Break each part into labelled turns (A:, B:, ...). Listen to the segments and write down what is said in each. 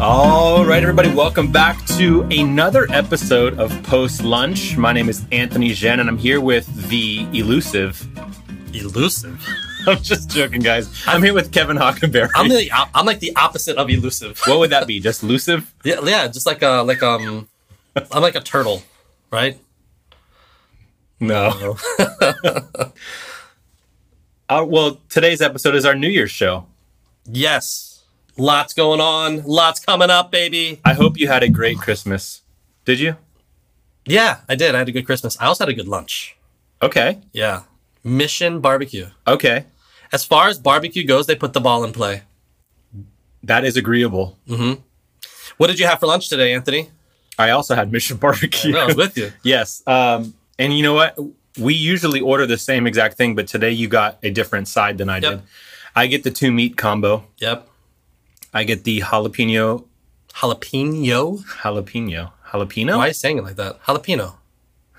A: All right, everybody, welcome back to another episode of Post Lunch. My name is Anthony Jen, and I'm here with the elusive.
B: Elusive.
A: I'm just joking, guys. I'm here with Kevin Hockenberry.
B: I'm the I'm like the opposite of elusive.
A: what would that be? Just elusive?
B: Yeah, yeah, just like a like um, I'm like a turtle, right?
A: No. uh, well, today's episode is our New Year's show.
B: Yes, lots going on, lots coming up, baby.
A: I hope you had a great Christmas. Did you?
B: Yeah, I did. I had a good Christmas. I also had a good lunch.
A: Okay.
B: Yeah, Mission Barbecue.
A: Okay.
B: As far as barbecue goes, they put the ball in play.
A: That is agreeable.
B: What did you have for lunch today, Anthony?
A: I also had Mission Barbecue.
B: No, I was with you.
A: Yes. Um, and you know what? We usually order the same exact thing, but today you got a different side than I did. I get the two meat combo.
B: Yep,
A: I get the jalapeno,
B: jalapeno.
A: jalapeno, jalapeno.
B: Why are you saying it like that? Jalapeno,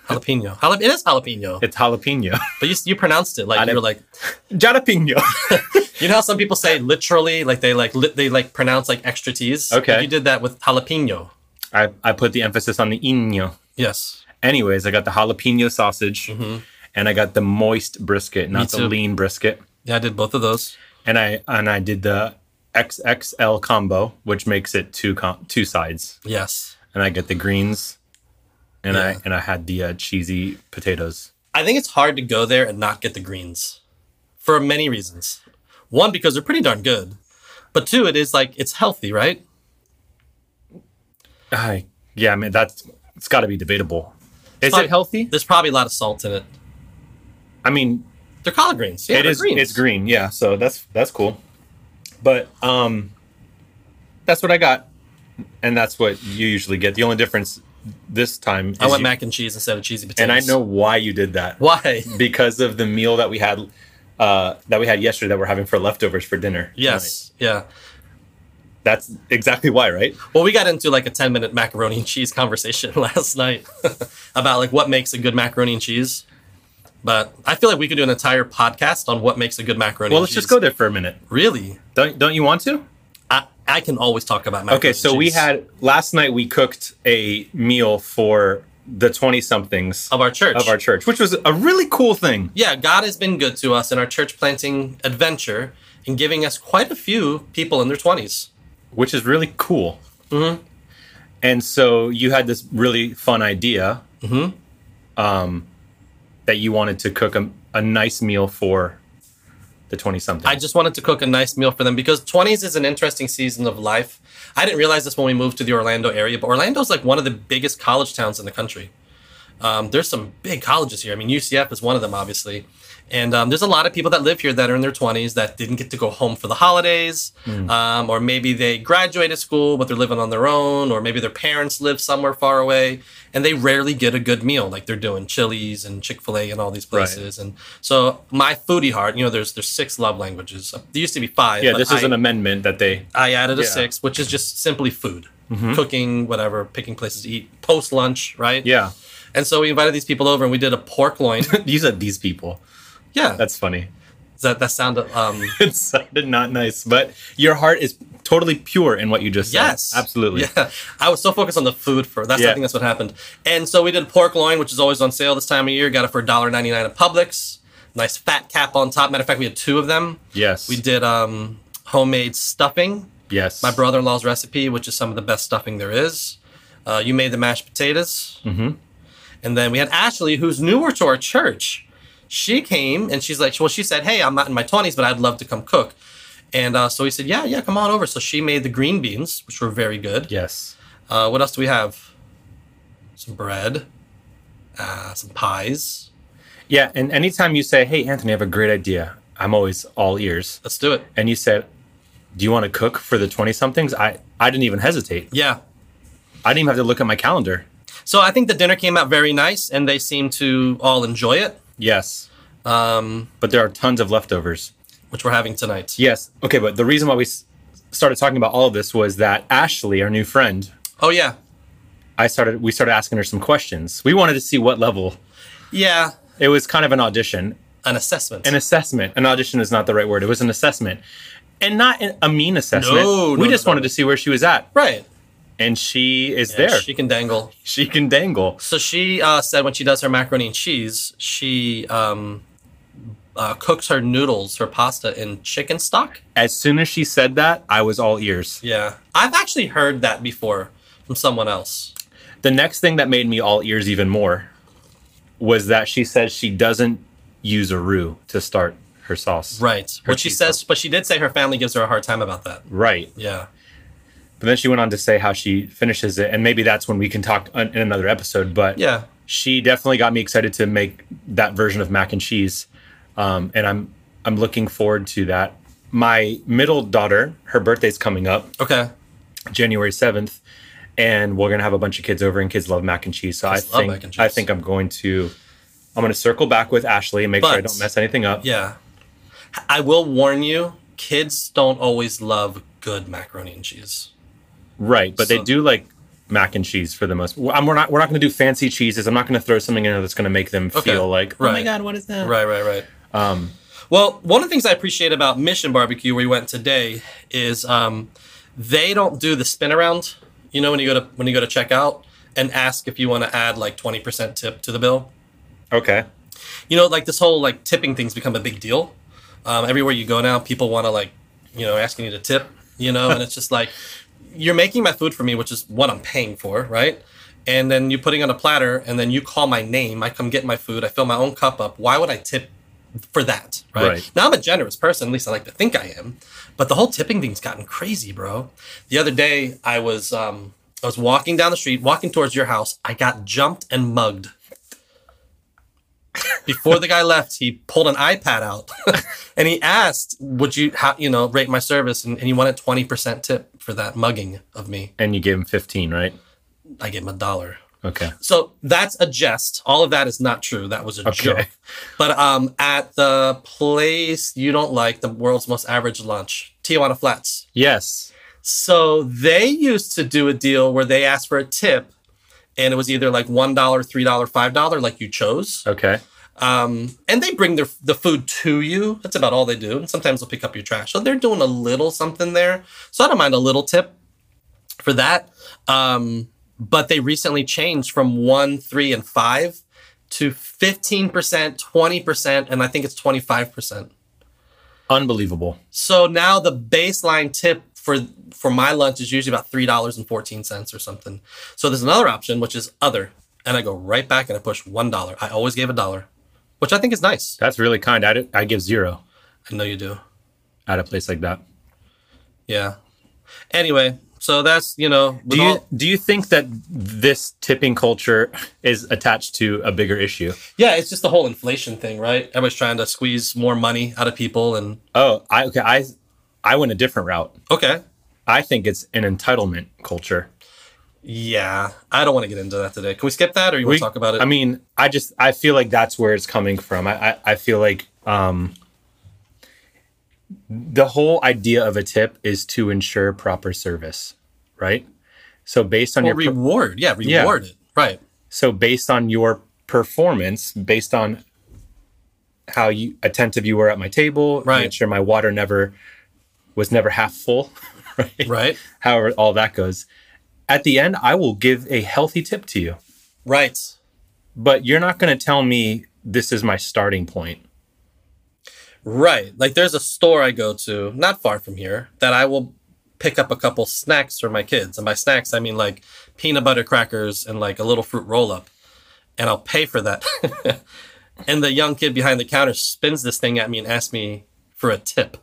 B: jalapeno. Jalap- it is jalapeno,
A: It's jalapeno.
B: but you you pronounced it
A: I
B: like you
A: didn't-
B: were like.
A: jalapeno.
B: You know how some people say literally, like they like li- they like pronounce like extra t's.
A: Okay.
B: Like, you did that with jalapeno.
A: I, I put the emphasis on the ino.
B: Yes.
A: Anyways, I got the jalapeno sausage and I got the moist brisket, not the
B: Mm-hmm. too.
A: lean brisket.
B: Yeah, I did both of those.
A: And I and I did the XXL combo, which makes it two com- two sides.
B: Yes.
A: And I get the greens and I
B: Yeah.
A: and I had the uh, cheesy potatoes.
B: I think it's hard to go there and not get the greens, for many reasons. One, because they're pretty darn good, but two, it is like it's healthy, right?
A: I, yeah, I mean that's it's got to be debatable. Is
B: not-
A: it healthy?
B: There's probably a lot of salt in it.
A: I mean,
B: They're collard greens. Yeah,
A: it
B: they're
A: is.
B: Greens.
A: It's green. Yeah, so that's that's cool. But um, that's what I got, and that's what you usually get. The only difference this time, is
B: I went
A: you-
B: mac and cheese instead of cheesy potatoes.
A: and I know why you did that.
B: why.
A: Because of the meal that we had, uh, that we had yesterday that we're having for leftovers for dinner. tonight.
B: Yes. Yeah.
A: that's exactly why, right?
B: Well, we got into like a 10 minute macaroni and cheese conversation last night about like what makes a good macaroni and cheese. But I feel like we could do an entire podcast on what makes a good macaroni
A: Well,
B: and
A: let's
B: cheese.
A: just go there for a minute.
B: Really?
A: Don't don't you want to?
B: I, I can always talk about macaroni
A: Okay,
B: and
A: so we
B: cheese.
A: had last night we cooked a meal for the 20 somethings
B: Of our church.
A: of our church, which was a really cool thing.
B: yeah, God has been good to us in our church planting adventure and giving us quite a few people in their 20s.
A: which is really cool. Mm-hmm. And so you had this really fun idea um, that you wanted to cook a, a nice meal for the 20 something.
B: I just wanted to cook a nice meal for them because 20s is an interesting season of life. I didn't realize this when we moved to the Orlando area, but Orlando's like one of the biggest college towns in the country. Um, there's some big colleges here. I mean, UCF is one of them, obviously. And um, there's a lot of people that live here that are in their 20s that didn't get to go home for the holidays,
A: Hmm.
B: um, or maybe they graduated school, but they're living on their own, or maybe their parents live somewhere far away, and they rarely get a good meal. Like they're doing Chili's and Chick fil A and all these places. And so, my foodie heart, you know, there's there's six love languages. Uh, There used to be five.
A: yeah,
B: but
A: this is
B: I-
A: an amendment that they.
B: I added a
A: Yeah. Mm-hmm.
B: six, which is just simply food, cooking, whatever, picking places to eat post lunch, right?
A: Yeah,
B: And so we invited these people over, and we did a pork loin.
A: you said these people.
B: yeah,
A: That's funny.
B: Does that that sounded um,
A: It sounded not nice, but your heart is totally pure in what you just said.
B: yes,
A: absolutely.
B: Yeah, I was so focused on the food for that's
A: Yeah.
B: I think that's what happened. And so we did pork loin, which is always on sale this time of year. Got it for $1.99 at Publix. Nice fat cap on top. Matter of fact, we had two of them.
A: Yes.
B: We did um, homemade stuffing.
A: Yes.
B: my brother-in-law's recipe, which is some of the best stuffing there is. Uh, you made the mashed potatoes, mm-hmm. and then we had Ashley, who's newer to our church. She came and she's like, well, she said, hey, I'm not in my 20s, but I'd love to come cook. And uh, so we said, yeah, yeah, come on over. So she made the green beans, which were very good.
A: Yes.
B: Uh, what else do we have? Some bread, uh, some pies.
A: Yeah. And anytime you say, Hey, Anthony, I have a great idea, I'm always all ears.
B: Let's do it.
A: and you said, "Do you want to cook for the twenty somethings?" I I didn't even hesitate.
B: Yeah,
A: I didn't even have to look at my calendar.
B: so I think the dinner came out very nice, and they seemed to all enjoy it,
A: Yes, um, but there are tons of leftovers.
B: which we're having tonight.
A: Yes. Okay, but the reason why we s- started talking about all of this was that Ashley, our new friend,
B: Oh yeah,
A: I started we started asking her some questions. We wanted to see what level.
B: yeah.
A: It was kind of an audition,
B: an assessment.
A: an assessment. An audition is not the right word. It was an assessment. and not in- a mean assessment.
B: No,
A: we
B: no,
A: just
B: no, no,
A: wanted
B: no.
A: to see where she was at,
B: Right.
A: and she is
B: Yeah,
A: there.
B: She
A: She,
B: can dangle.
A: can dangle.
B: So she uh, said when she does her macaroni and cheese, she um, uh, cooks her noodles, her pasta in chicken stock.
A: As soon as she said that, I was all ears.
B: Yeah. I've actually heard that before from someone else.
A: The next thing that made me all ears even more was that she says she doesn't use a roux to start her sauce.
B: Right.
A: Her
B: What she
A: cheese
B: says, but she did say her family gives her a hard time about that.
A: Right.
B: Yeah.
A: But then she went on to say how she finishes it, and maybe that's when we can talk on- in another episode. But
B: Yeah.
A: she definitely got me excited to make that version of mac and cheese, um, and I'm I'm looking forward to that. My middle daughter, her birthday's coming up
B: Okay.
A: January seventh, and we're gonna have a bunch of kids over, and kids love mac and cheese. So I
B: Kids love
A: think
B: mac and
A: I
B: cheese.
A: think I'm going to I'm gonna circle back with Ashley and make sure I
B: But-
A: don't mess anything up.
B: Yeah. I will warn you, kids don't always love good macaroni and cheese.
A: Right, but they
B: So-
A: do like mac and cheese for the most. Well, I'm, we're not we're not going to do fancy cheeses. I'm not going to throw something in there that's going to make them
B: Okay,
A: feel like oh my
B: right.
A: god, what is that?
B: Right, right, right. Um, well, one of the things I appreciate about Mission Barbecue, where we went today, is um, they don't do the spin around. You know, when you go to when you go to check out and ask if you want to add like twenty percent tip to the bill.
A: Okay,
B: You know, like this whole like tipping thing's become a big deal. Um, everywhere you go now, people want to like you know asking you to tip. You know, and it's just like you're making my food for me, which is what I'm paying for, right? And then you're putting on a platter, and then you call my name. I come get my food. I fill my own cup up. Why would I tip for that, right?
A: Right.
B: Now I'm a generous person. At least I like to think I am. But the whole tipping thing's gotten crazy, bro. The other day I was um, I was walking down the street, walking towards your house. I got jumped and mugged. Before the guy left, he pulled an iPad out and he asked, "Would you, how, you know, rate my service?" And, and he wanted twenty percent tip for that mugging of me.
A: and you gave him 15, right?
B: I gave him a dollar.
A: Okay,
B: So that's a jest. All of that is not true. That was a joke. But um, at the place you don't like, the world's most average lunch, Tijuana Flats.
A: yes,
B: So they used to do a deal where they asked for a tip, and it was either like one dollar, three dollar, five dollar, like you chose.
A: okay,
B: Um, and they bring their the food to you. That's about all they do. And sometimes they'll pick up your trash. So they're doing a little something there. So I don't mind a little tip for that. Um, but they recently changed from one, three, and five to fifteen percent, twenty percent, and I think it's twenty five percent.
A: unbelievable.
B: So now the baseline tip for for my lunch is usually about three dollars and fourteen cents or something. So there's another option which is other, and I go right back and I push one dollar. I always gave a dollar, which I think is nice.
A: That's really kind. I did, I give zero
B: I know you do.
A: at a place like that.
B: Yeah. Anyway, so that's you know. with
A: Do you
B: all-
A: do you think that this tipping culture is attached to a bigger issue?
B: yeah, it's just the whole inflation thing, right? Everybody's trying to squeeze more money out of people, and
A: Oh, I okay, I I went a different route.
B: okay,
A: I think it's an entitlement culture.
B: yeah, I don't want to get into that today. Can we skip that, or you want
A: We-
B: to talk about it?
A: I mean, I just I feel like that's where it's coming from. I I, I feel like um, the whole idea of a tip is to ensure proper service, right? So based on
B: Well,
A: your per-
B: reward, yeah, reward it, right?
A: so based on your performance, based on how you attentive you were at my table,
B: Right.
A: made sure my water never was never half full, right?
B: Right,
A: However, all that goes. At the end, I will give a healthy tip to you.
B: right,
A: but you're not going to tell me this is my starting point.
B: right. Like there's a store I go to not far from here that I will pick up a couple snacks for my kids, and by snacks I mean like peanut butter crackers and like a little fruit roll up, and I'll pay for that. and the young kid behind the counter spins this thing at me and asks me for a tip.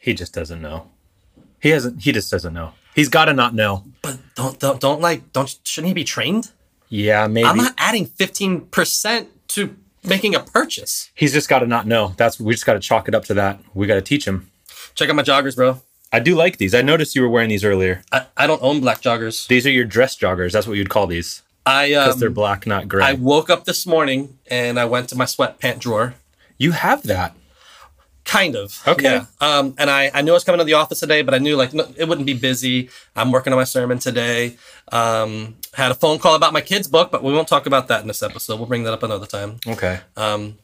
A: He just doesn't know. He hasn't. He just doesn't know. He's got to not know.
B: But don't don't don't like don't shouldn't he be trained?
A: Yeah, maybe
B: I'm not adding fifteen percent to making a purchase.
A: he's just got to not know. That's we just got to chalk it up to that. We got to teach him.
B: Check out my joggers, bro.
A: I do like these. I noticed you were wearing these earlier.
B: I, I don't own black joggers.
A: These are your dress joggers. That's what you'd call these.
B: I
A: Because they're
B: um,
A: black, not
B: I
A: gray.
B: woke up this morning and I went to my sweatpant drawer.
A: you have that.
B: Kind of.
A: Okay.
B: Um, and I, I knew I was coming to the office today, but I knew like no, it wouldn't be busy. I'm working on my sermon today. Um, had a Um, phone call about my kids' book, but we won't talk about that in this episode. We'll bring that up another time.
A: Okay.
B: and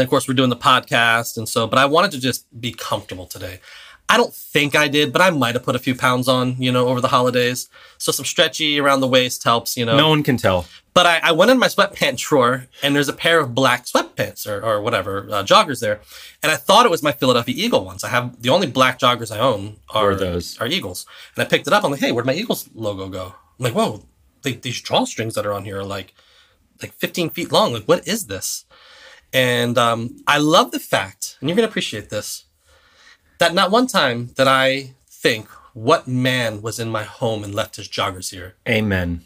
B: of course we're doing the podcast and so but i wanted to just be comfortable today i don't think i did but i might have put a few pounds on you know over the holidays so some stretchy around the waist helps you know
A: No one can tell.
B: but I, I went in my sweatpants drawer and there's a pair of black sweatpants or, or whatever uh, joggers there and i thought it was my philadelphia eagle ones i have the only black joggers i own are
A: Were those?
B: are eagles and i picked it up i'm like hey where'd my eagles logo go i'm like whoa they, these drawstrings that are on here are like like 15 feet long like what is this and um, i love the fact and you're gonna appreciate this that not one time did i think what man was in my home and left his joggers here
A: Amen.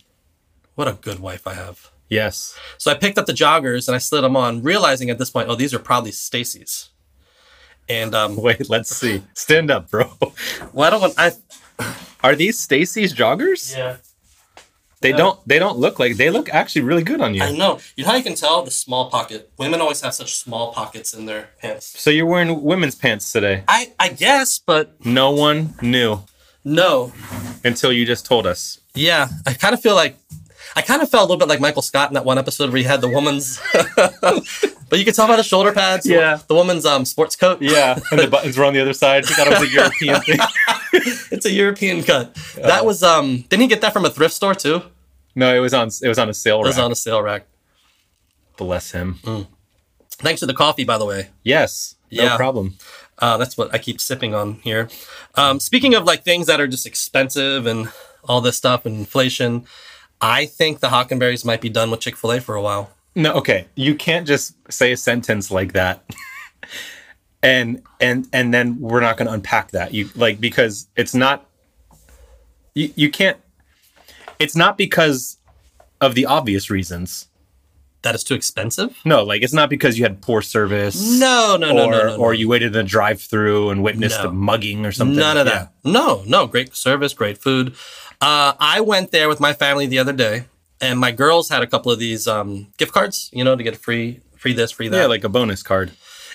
B: what a good wife i have
A: Yes.
B: so I picked up the joggers and I slid them on, realizing at this point, oh, these are probably Stacy's. And um,
A: Wait, let's see. Stand up, bro.
B: well, I don't want I
A: Are these Stacy's joggers?
B: yeah
A: They don't they don't look like they look actually really good on you.
B: I know you know how you can tell the small pocket. Women always have such small pockets in their pants.
A: So you're wearing women's pants today.
B: I I guess, but
A: No one knew
B: no,
A: until you just told us.
B: yeah, I kind of feel like. I kind of felt a little bit like Michael Scott in that one episode where he had the woman's, but you could tell by the shoulder pads. the-
A: Yeah.
B: the woman's um, sports coat.
A: Yeah, and the buttons were on the other side. She thought it was a European thing.
B: it's a European cut. That was um. Didn't he get that from a thrift store too?
A: No, it was on it was on a sale
B: It was
A: rack.
B: on a sale rack.
A: Bless him.
B: Thanks for the coffee, by the way.
A: Yes,
B: Yeah.
A: no problem.
B: Uh, that's what I keep sipping on here. Um, speaking of like things that are just expensive and all this stuff and inflation, I think the Hockenberries might be done with Chick Fil A for a while.
A: No, okay. You can't just say a sentence like that. and and and then we're not going to unpack that. You like because it's not you, you can't it's not because of the obvious reasons.
B: That is too expensive.
A: No, like it's not because you had poor service.
B: No, no,
A: Or,
B: no, no, no, no.
A: or you waited in a drive through and witnessed
B: No.
A: a mugging or something.
B: None of
A: Yeah.
B: that. No, no. Great service, great food. Uh, I went there with my family the other day, and my girls had a couple of these um, gift cards, you know, to get free, free this, free that.
A: Yeah, like a bonus card.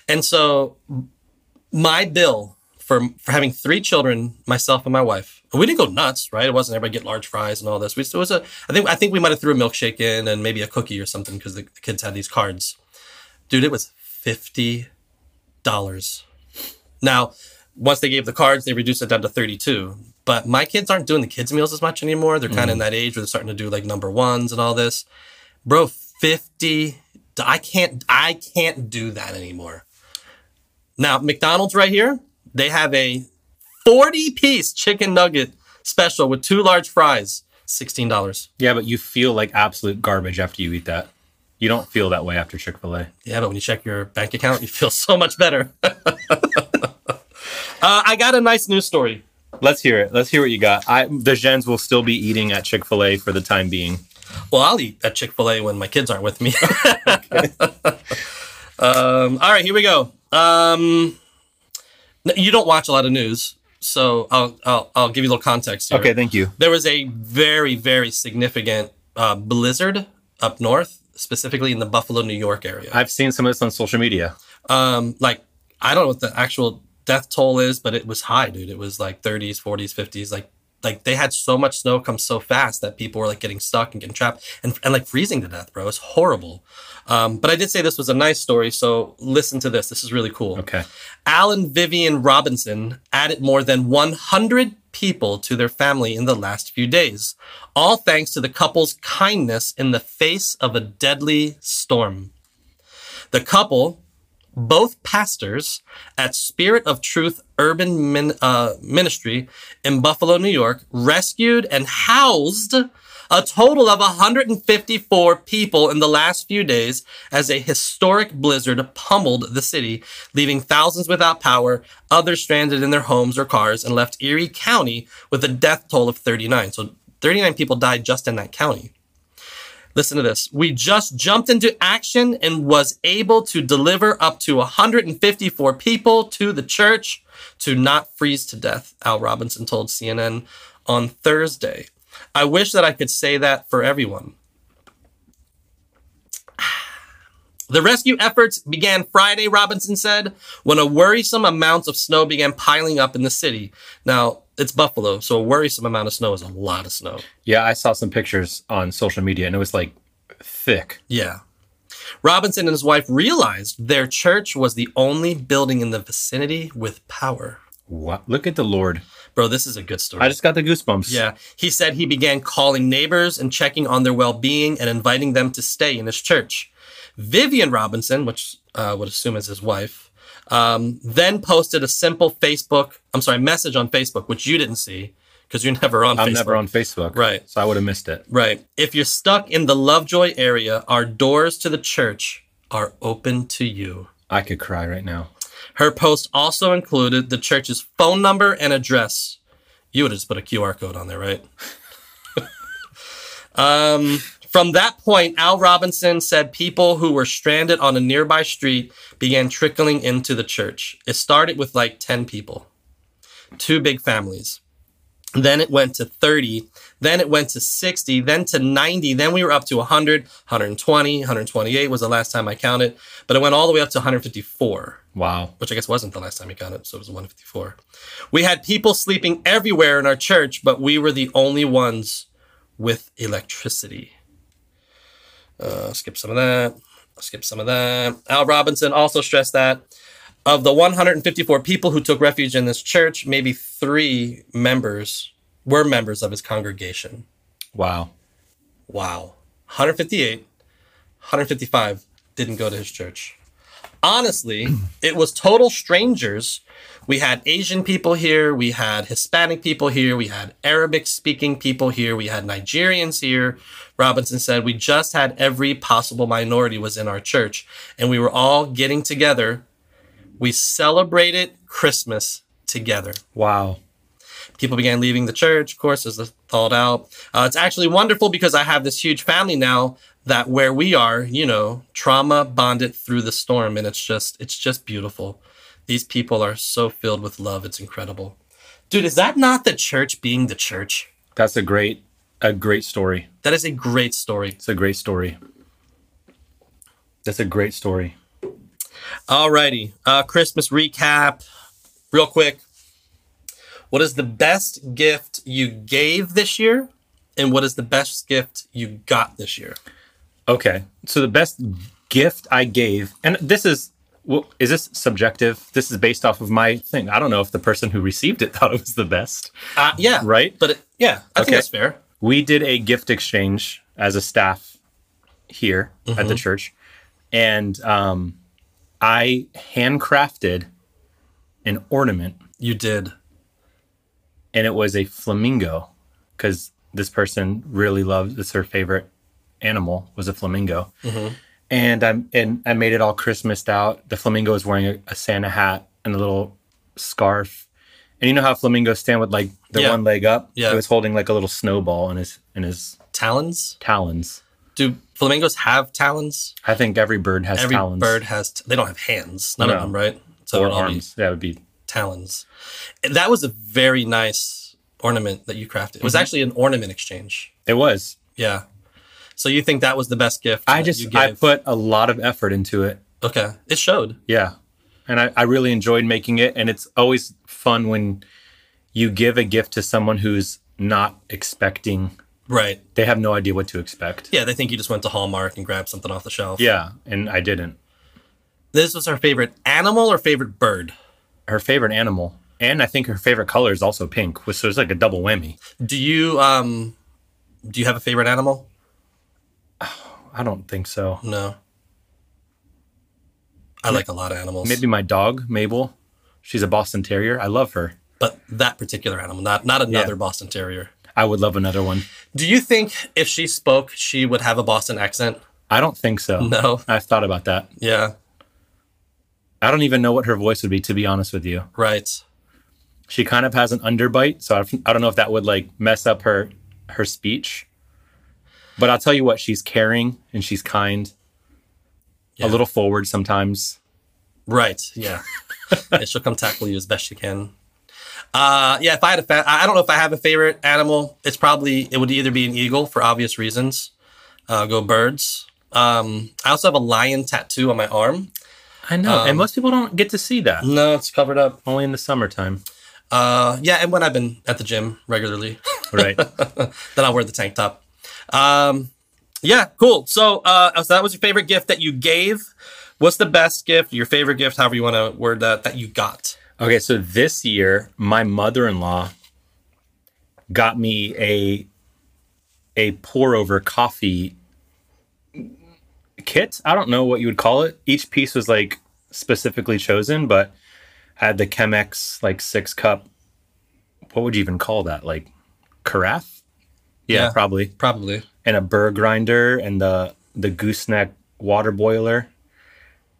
B: And so my bill for for having three children, myself and my wife, we didn't go nuts, right? It wasn't everybody get large fries and all this. We, it was a I think I think we might have threw a milkshake in and maybe a cookie or something because the, the kids had these cards. Dude, it was fifty dollars. Now, once they gave the cards, they reduced it down to thirty-two. But my kids aren't doing the kids' meals as much anymore. They're kind of in that age where they're starting to do like number ones and all this. Bro, fifty. I can't. I can't do that anymore. Now, McDonald's right here, they have a 40 piece chicken nugget special with two large fries, $16.
A: Yeah, but you feel like absolute garbage after you eat that. You don't feel that way after Chick fil A.
B: Yeah, but when you check your bank account, you feel so much better. uh, I got a nice news story.
A: Let's hear it. Let's hear what you got. I the gens will still be eating at Chick Fil A for the time being.
B: Well, I'll eat at Chick fil A when my kids aren't with me. um, all right, here we go. Um, n- you don't watch a lot of news, so I'll, I'll, I'll give you a little context here.
A: Okay, thank you.
B: there was a very very significant uh, blizzard up north specifically in the buffalo new york area
A: I've seen some of this on social media.
B: um like i don't know what the actual death toll is but it was high dude it was like 30s 40s 50s like like they had so much snow come so fast that people were like getting stuck and getting trapped and, and like freezing to death bro it's horrible um, but i did say this was a nice story so listen to this this is really cool
A: Okay.
B: Alan Vivian Robinson added more than 100 people to their family in the last few days, all thanks to the couple's kindness in the face of a deadly storm. The couple, both pastors at Spirit of Truth Urban Min- uh, Ministry in Buffalo, New York, rescued and housed a total of 154 people in the last few days as a historic blizzard pummeled the city, leaving thousands without power, others stranded in their homes or cars, and left Erie County with a death toll of 39. So 39 people died just in that county. Listen to this. We just jumped into action and was able to deliver up to 154 people to the church to not freeze to death, Al Robinson told CNN on Thursday. I wish that I could say that for everyone. The rescue efforts began Friday, Robinson said, when a worrisome amount of snow began piling up in the city. Now, it's Buffalo, so a worrisome amount of snow is a lot of snow.
A: Yeah, I saw some pictures on social media and it was like thick.
B: Yeah. Robinson and his wife realized their church was the only building in the vicinity with power.
A: What? Look at the Lord.
B: Bro, this is a good story.
A: I just got the goosebumps.
B: Yeah. He said he began calling neighbors and checking on their well being and inviting them to stay in his church. Vivian Robinson, which uh, would assume is his wife, um, then posted a simple Facebook, I'm sorry, message on Facebook, which you didn't see because you're never on
A: I'm
B: Facebook.
A: never on Facebook.
B: Right.
A: So I would have missed it.
B: Right. If you're stuck in the Lovejoy area, our doors to the church are open to you.
A: I could cry right now.
B: Her post also included the church's phone number and address. You would have just put a QR code on there, right? um, from that point, Al Robinson said people who were stranded on a nearby street began trickling into the church. It started with like 10 people, two big families. Then it went to 30, then it went to 60, then to 90, then we were up to 100, 120, 128 was the last time I counted, but it went all the way up to 154
A: Wow.
B: which I guess wasn't the last time he got it, so it was 154. We had people sleeping everywhere in our church, but we were the only ones with electricity. Uh, skip some of that. Skip some of that. Al Robinson also stressed that of the 154 people who took refuge in this church, maybe three members were members of his congregation.
A: Wow.
B: Wow. 158, 155 didn't go to his church. Honestly, it was total strangers. We had Asian people here, we had Hispanic people here, we had Arabic speaking people here, we had Nigerians here. Robinson said we just had every possible minority was in our church and we were all getting together. We celebrated Christmas together
A: Wow.
B: people began leaving the church of course as it thawed out uh, it's actually wonderful because i have this huge family now that where we are you know trauma bonded through the storm and it's just it's just beautiful these people are so filled with love it's incredible dude is that not the church being the church
A: That's a great a great story.
B: that is a great story
A: It's a great story. That's a great story.
B: alrighty uh, christmas recap real quick what is the best gift you gave this year and what is the best gift you got this year
A: Okay. So the best gift I gave, and this is well, is this subjective? This is based off of my thing. I don't know if the person who received it thought it was the best.
B: Uh, yeah.
A: Right?
B: But it, yeah, I
A: Okay.
B: think that's fair.
A: we did a gift exchange as a staff here at the church and um, i handcrafted an ornament
B: You did.
A: and it was a flamingo because this person really loved it's her favorite animal was a flamingo
B: Mm-hmm.
A: and i'm and i made it all christmased out the flamingo is wearing a, a santa hat and a little scarf and you know how flamingos stand with like the
B: Yeah.
A: one leg up
B: Yeah.
A: it was holding like a little snowball in his in his
B: Talons?
A: talons
B: Do flamingos have talons?
A: I think every bird has
B: Every
A: talons.
B: bird has. T- they don't have hands. None of
A: No.
B: them, right? So
A: or
B: it'll all be
A: arms. That would be
B: Talons. And That was a very nice ornament that you crafted. It was
A: Mm-hmm.
B: actually an ornament exchange.
A: it was.
B: Yeah. So you think that was the best gift?
A: I
B: that you
A: just
B: gave.
A: I put a lot of effort into it.
B: okay. It showed.
A: Yeah. And I, I really enjoyed making it. And it's always fun when you give a gift to someone who's not expecting
B: Right.
A: they have no idea what to expect.
B: Yeah. They think you just went to Hallmark and grabbed something off the shelf.
A: Yeah, and I didn't.
B: This was her favorite animal or favorite bird.
A: Her favorite animal. And I think her favorite color is also pink, which so it's like a double whammy.
B: Do you um, do you have a favorite animal?
A: I don't think so.
B: No. I like a lot of animals.
A: Maybe my dog, Mabel. She's a Boston Terrier. I love her.
B: but that particular animal, not not another Boston Terrier.
A: I would love another one.
B: Do you think if she spoke, she would have a Boston accent?
A: I don't think so.
B: No.
A: I've thought about that.
B: Yeah,
A: I don't even know what her voice would be, to be honest with you.
B: right.
A: She kind of has an underbite, so I I don't know if that would like mess up her her speech. But I'll tell you what, she's caring and she's kind.
B: Yeah.
A: A little forward sometimes.
B: Right. Yeah. Yeah, she'll come tackle you as best she can. Uh, yeah. If I had a, fa- I I don't know if I have a favorite animal. It's probably it would either be an eagle for obvious reasons. Uh, go birds. Um, I also have a lion tattoo on my arm.
A: I know, and most people don't get to see that
B: No, it's covered up.
A: only in the summertime,
B: Uh, yeah, and when I've been at the gym regularly.
A: right?
B: then I'll wear the tank top. Um, Yeah, cool. So, uh, so that was your favorite gift that you gave. What's the best gift? Your favorite gift, however you want to word that, that you got.
A: Okay, so this year my mother-in-law got me a a pour over coffee kit. I don't know what you would call it. Each piece was like specifically chosen, but had the Chemex like six cup. What would you even call that? Like carafe? Yeah,
B: Yeah.
A: probably.
B: Probably.
A: And a burr grinder and the the gooseneck water boiler.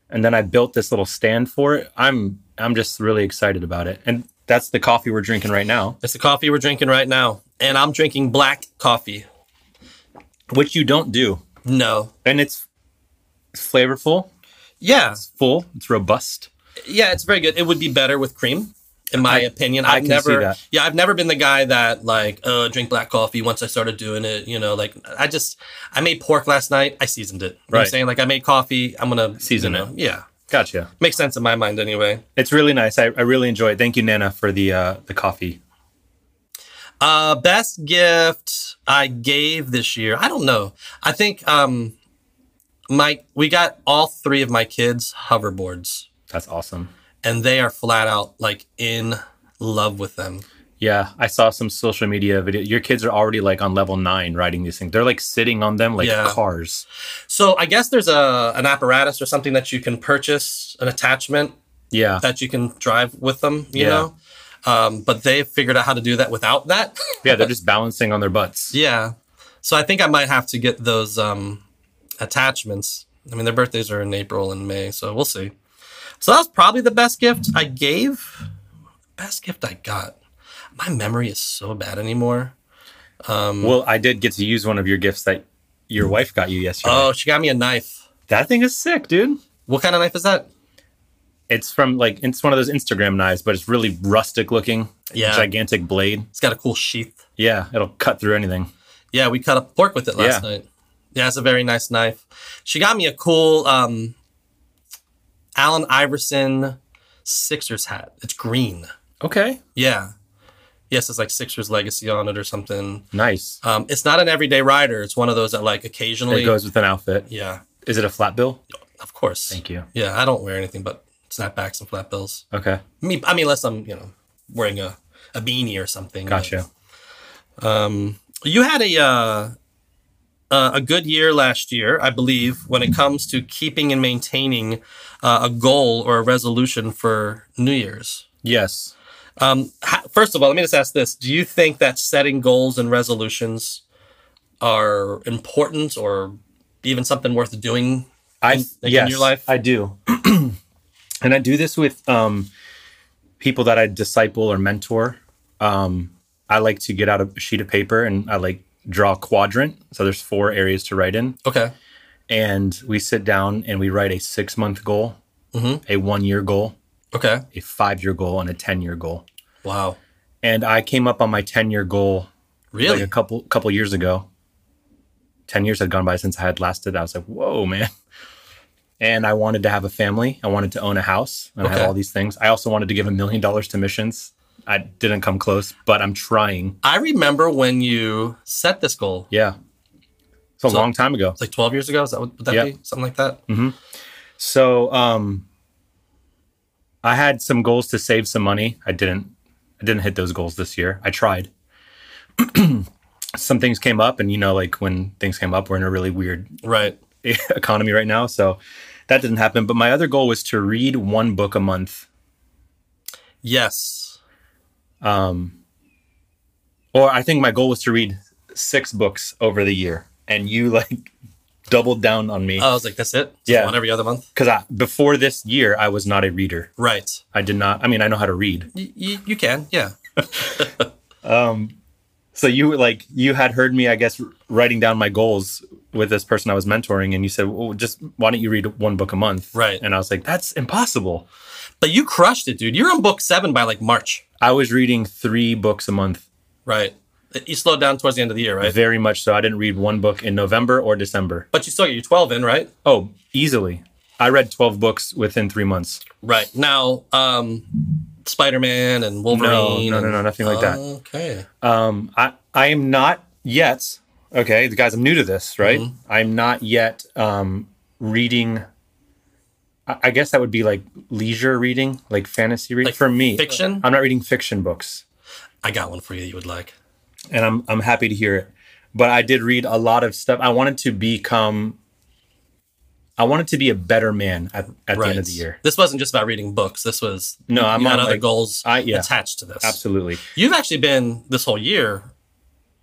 A: And then I built this little stand for it. I'm I'm just really excited about it. And that's the coffee we're drinking right now,
B: It's the coffee we're drinking right now, and I'm drinking black coffee.
A: which you don't do.
B: No.
A: And it's it's flavorful,
B: Yeah.
A: full, it's robust.
B: Yeah, it's very good. It would be better with cream, in my
A: I-
B: opinion.
A: I
B: I've
A: can
B: never,
A: see that.
B: yeah, I've never been the guy that like uh, drink black coffee. Once I started doing it, you know, like I just I made pork last night. I seasoned it. You know what I'm
A: Right.
B: saying like I made coffee. I'm gonna
A: Season
B: you know,
A: it.
B: Yeah,
A: Gotcha.
B: makes sense in my mind anyway.
A: It's really nice. I, I really enjoy it. Thank you, Nana, for the uh, the coffee.
B: Uh, best gift I gave this year. I don't know. I think um, my we got all three of my kids hoverboards,
A: That's awesome.
B: and they are flat out like in love with them.
A: Yeah, I saw some social media video. Your kids are already like on level nine riding these things. They're like sitting on them like
B: Yeah.
A: cars.
B: So I guess there's a an apparatus or something that you can purchase, an attachment
A: Yeah,
B: that you can drive with them, you
A: Yeah.
B: know. Um, but they figured out how to do that without that.
A: yeah. They're just balancing on their butts.
B: yeah. So I think I might have to get those um, attachments. I mean, their birthdays are in April and May, so we'll see. So that was probably the best gift I gave. Best gift I got. My memory is so bad anymore.
A: Well, I did get to use one of your gifts that your wife got you yesterday.
B: Oh, she got me a knife.
A: that thing is sick, dude.
B: What kind of knife is that?
A: It's from like it's one of those Instagram knives, but it's really rustic looking.
B: Yeah.
A: gigantic blade.
B: It's got a cool sheath.
A: Yeah, it'll cut through anything.
B: Yeah, we cut up pork with it last
A: Yeah.
B: night. Yeah, it's a very nice knife. She got me a cool um Allen Iverson Sixers hat. It's green.
A: Okay,
B: Yeah. Yes, it's like Sixers legacy on it or something.
A: nice.
B: Um, it's not an everyday rider. It's one of those that like occasionally.
A: It goes with an outfit.
B: yeah,
A: Is it a flat bill?
B: of course.
A: Thank you.
B: Yeah, I don't wear anything but snapbacks and flat bills.
A: Okay,
B: Me, I mean, unless I'm you know wearing a, a beanie or something. but-
A: gotcha.
B: Um, you had a uh, uh, a good year last year, I believe, when it comes to keeping and maintaining uh, a goal or a resolution for New Year's.
A: Yes.
B: Um, ha- first of all, let me just ask this: Do you think that setting goals and resolutions are important, or even something worth doing?
A: I
B: in- like in
A: yes,
B: your life?
A: I do, and I do this with um, people that I disciple or mentor. Um, I like to get out a sheet of paper and I like draw a quadrant. So there's four areas to write in,
B: Okay.
A: and we sit down and we write a six month goal,
B: Mm-hmm.
A: a one year goal,
B: Okay.
A: a five year goal, and a ten year goal.
B: Wow.
A: And I came up on my ten year goal
B: Really?
A: like a couple couple years ago. Ten years had gone by since I had last did that. I was like, whoa, man. And I wanted to have a family. I wanted to own a house. And I
B: Okay.
A: had all these things. I also wanted to give a million dollars to missions. I didn't come close, but I'm trying.
B: I remember when you set this goal.
A: Yeah. It's a long time ago.
B: It's like 12 years ago. Is that what would that
A: Yeah.
B: be? Something like that?
A: So um I had some goals to save some money. I didn't I didn't hit those goals this year. I tried. some things came up and you know, like when things came up, we're in a really weird
B: Right.
A: economy right now. So that didn't happen. But my other goal was to read one book a month.
B: Yes.
A: um, Or I think my goal was to read six books over the year. And you like doubled down on me.
B: Oh, I was like, that's it? Just
A: Yeah.
B: One every other month?
A: Because I, before this year, I was not a reader.
B: Right.
A: I did not, I mean, I know how to read.
B: Y- y- you can, yeah.
A: So you were like, you had heard me, I guess, writing down my goals with this person I was mentoring. And you said, well, just why don't you read one book a month?
B: Right.
A: And I was like, that's impossible.
B: But you crushed it, dude. You're on book seven by like March.
A: I was reading three books a month.
B: Right. You slowed down towards the end of the year, right?
A: Very much so. I didn't read one book in November or December.
B: But you still get your 12 in, right?
A: Oh, easily. I read 12 books within three months.
B: Right. Now, um, Spider Man and
A: No,
B: Wolverine.
A: no, no,
B: and-
A: Um, no, nothing like that.
B: Okay.
A: Um, I, I am not yet okay, guys, I'm new to this, right? I'm not yet um, reading. I I guess that would be like leisure reading, like fantasy reading
B: Like
A: for me.
B: fiction?
A: I'm not reading fiction books,
B: I got one for you that you would like.
A: and I'm I'm happy to hear it. But I did read a lot of stuff. I wanted to become. I wanted to be a better man at, at the end of the year.
B: This wasn't just about reading books. This was
A: No, I'm
B: you
A: on,
B: had other
A: like-
B: goals
A: I- yeah.
B: attached to this.
A: Absolutely.
B: You've actually been this whole year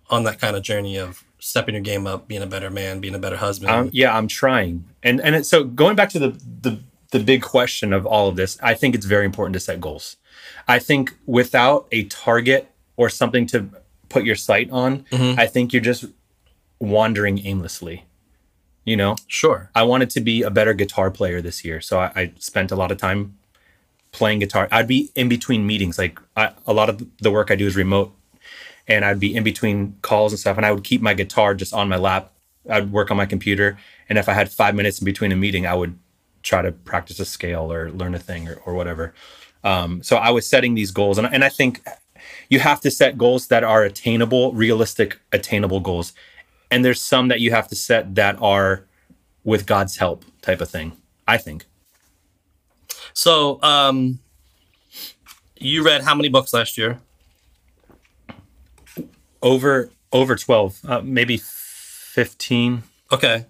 B: on that kind of journey of stepping your game up, being a better man, being a better husband.
A: Um, yeah, I'm trying. And and it, so going back to the, the the big question of all of this, I think it's very important to set goals. I think without a target or something to put your sight on, I think you're just wandering aimlessly. You know,
B: sure.
A: I wanted to be a better guitar player this year, so I, I spent a lot of time playing guitar. I'd be in between meetings, like I, a lot of the work I do is remote, and I'd be in between calls and stuff, and I would keep my guitar just on my lap. I'd work on my computer, and if I had five minutes in between a meeting, I would try to practice a scale or learn a thing or, or whatever. Um, so I was setting these goals, and, and I think you have to set goals that are attainable, realistic, attainable goals. And there's some that you have to set that are with God's help type of thing. I think.
B: So, um, you read how many books last year?
A: Over over 12, uh, maybe 15.
B: Okay.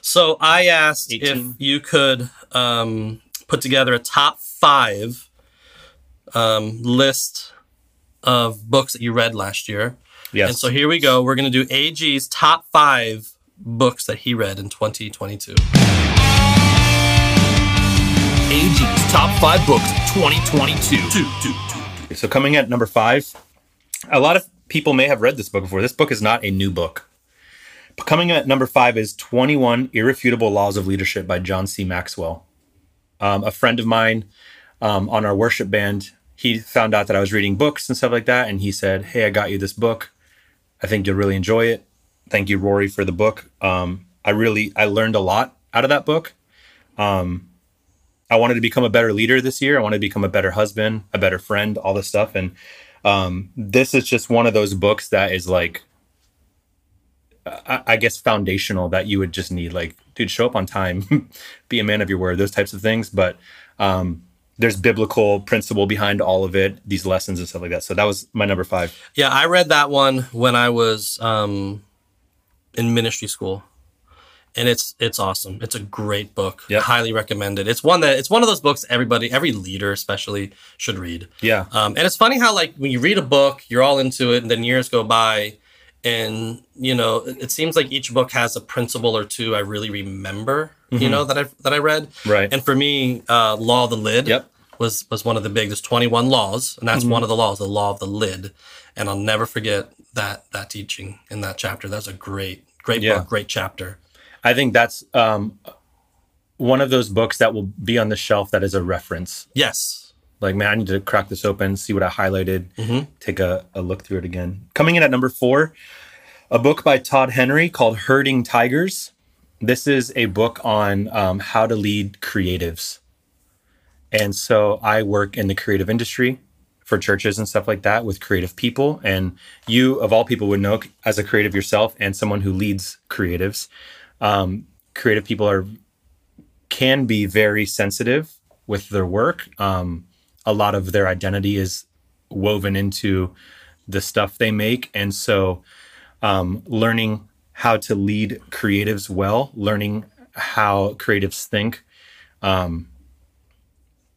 B: So I asked
A: 18.
B: if you could um, put together a top five um, list of books that you read last year.
A: Yes.
B: And so here we go. We're going to do AG's top five books that he read in 2022.
C: AG's Top 5 Books 2022.
A: so coming at number 5, a lot of people may have read this book before. This book is not a new book. But coming at number 5 is 21 Irrefutable Laws of Leadership by John C. Maxwell. Um, a friend of mine um, on our worship band, he found out that I was reading books and stuff like that and he said, "Hey, I got you this book. I think you'll really enjoy it. Thank you, Rory, for the book. Um, I really I learned a lot out of that book. I wanted to become a better leader this year. I wanted to become a better husband, a better friend, all this stuff. And um, this is just one of those books that is like, I, I guess, foundational that you would just need. Like, dude, show up on time, be a man of your word, those types of things. But um, there's biblical principle behind all of it, these lessons and stuff like that. So that was my number five.
B: Yeah, I read that one when I was um, in ministry school, and it's it's awesome. It's a great book.
A: Yep.
B: Highly recommended. It's one that it's one of those books everybody, every leader especially, should read.
A: Yeah.
B: Um, and it's funny how like when you read a book, you're all into it, and then years go by, and you know it, it seems like each book has a principle or two I really remember. You know that I that I read.
A: Right.
B: And for me, uh, Law of the Lid.
A: Yep. Mm-hmm.
B: Was was one of the big. There's 21 laws, and that's one of the laws, the Law of the Lid. And I'll never forget that that teaching in that chapter. That's a great great
A: Yeah.
B: book, great chapter.
A: I think that's um, one of those books that will be on the shelf that is a reference
B: Yes.
A: like man i need to crack this open see what i highlighted take a, a look through it again coming in at number four a book by todd henry called herding tigers this is a book on um, how to lead creatives and so i work in the creative industry for churches and stuff like that with creative people and you of all people would know as a creative yourself and someone who leads creatives um, creative people are can be very sensitive with their work. Um, a lot of their identity is woven into the stuff they make. And so, um, learning how to lead creatives well, learning how creatives think. Um,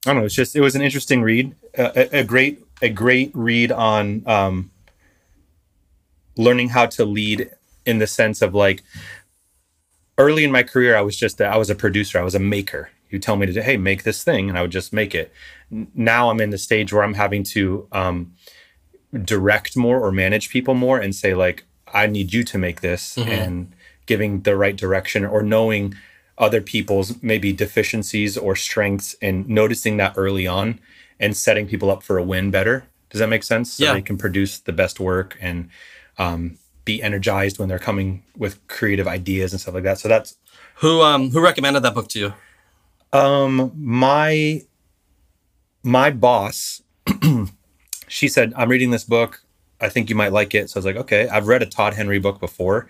A: I don't know. It's just, it was an interesting read, a, a- a great, a great read on um, learning how to lead in the sense of like early in my career, I was just a, I was a producer. I was a maker. You tell me to do, hey, make this thing, and I would just make it. N- Now I'm in the stage where I'm having to um, direct more or manage people more and say like, I need you to make this, and giving the right direction or knowing other people's maybe deficiencies or strengths and noticing that early on and setting people up for a win better. Does that make sense? So
B: Yeah.
A: they can produce the best work and um, be energized when they're coming with creative ideas and stuff like that. So that's
B: Who um who recommended that book to you?
A: um my my boss. she said, "I'm reading this book. I think you might like it. So I was like, okay, I've read a Todd Henry book before.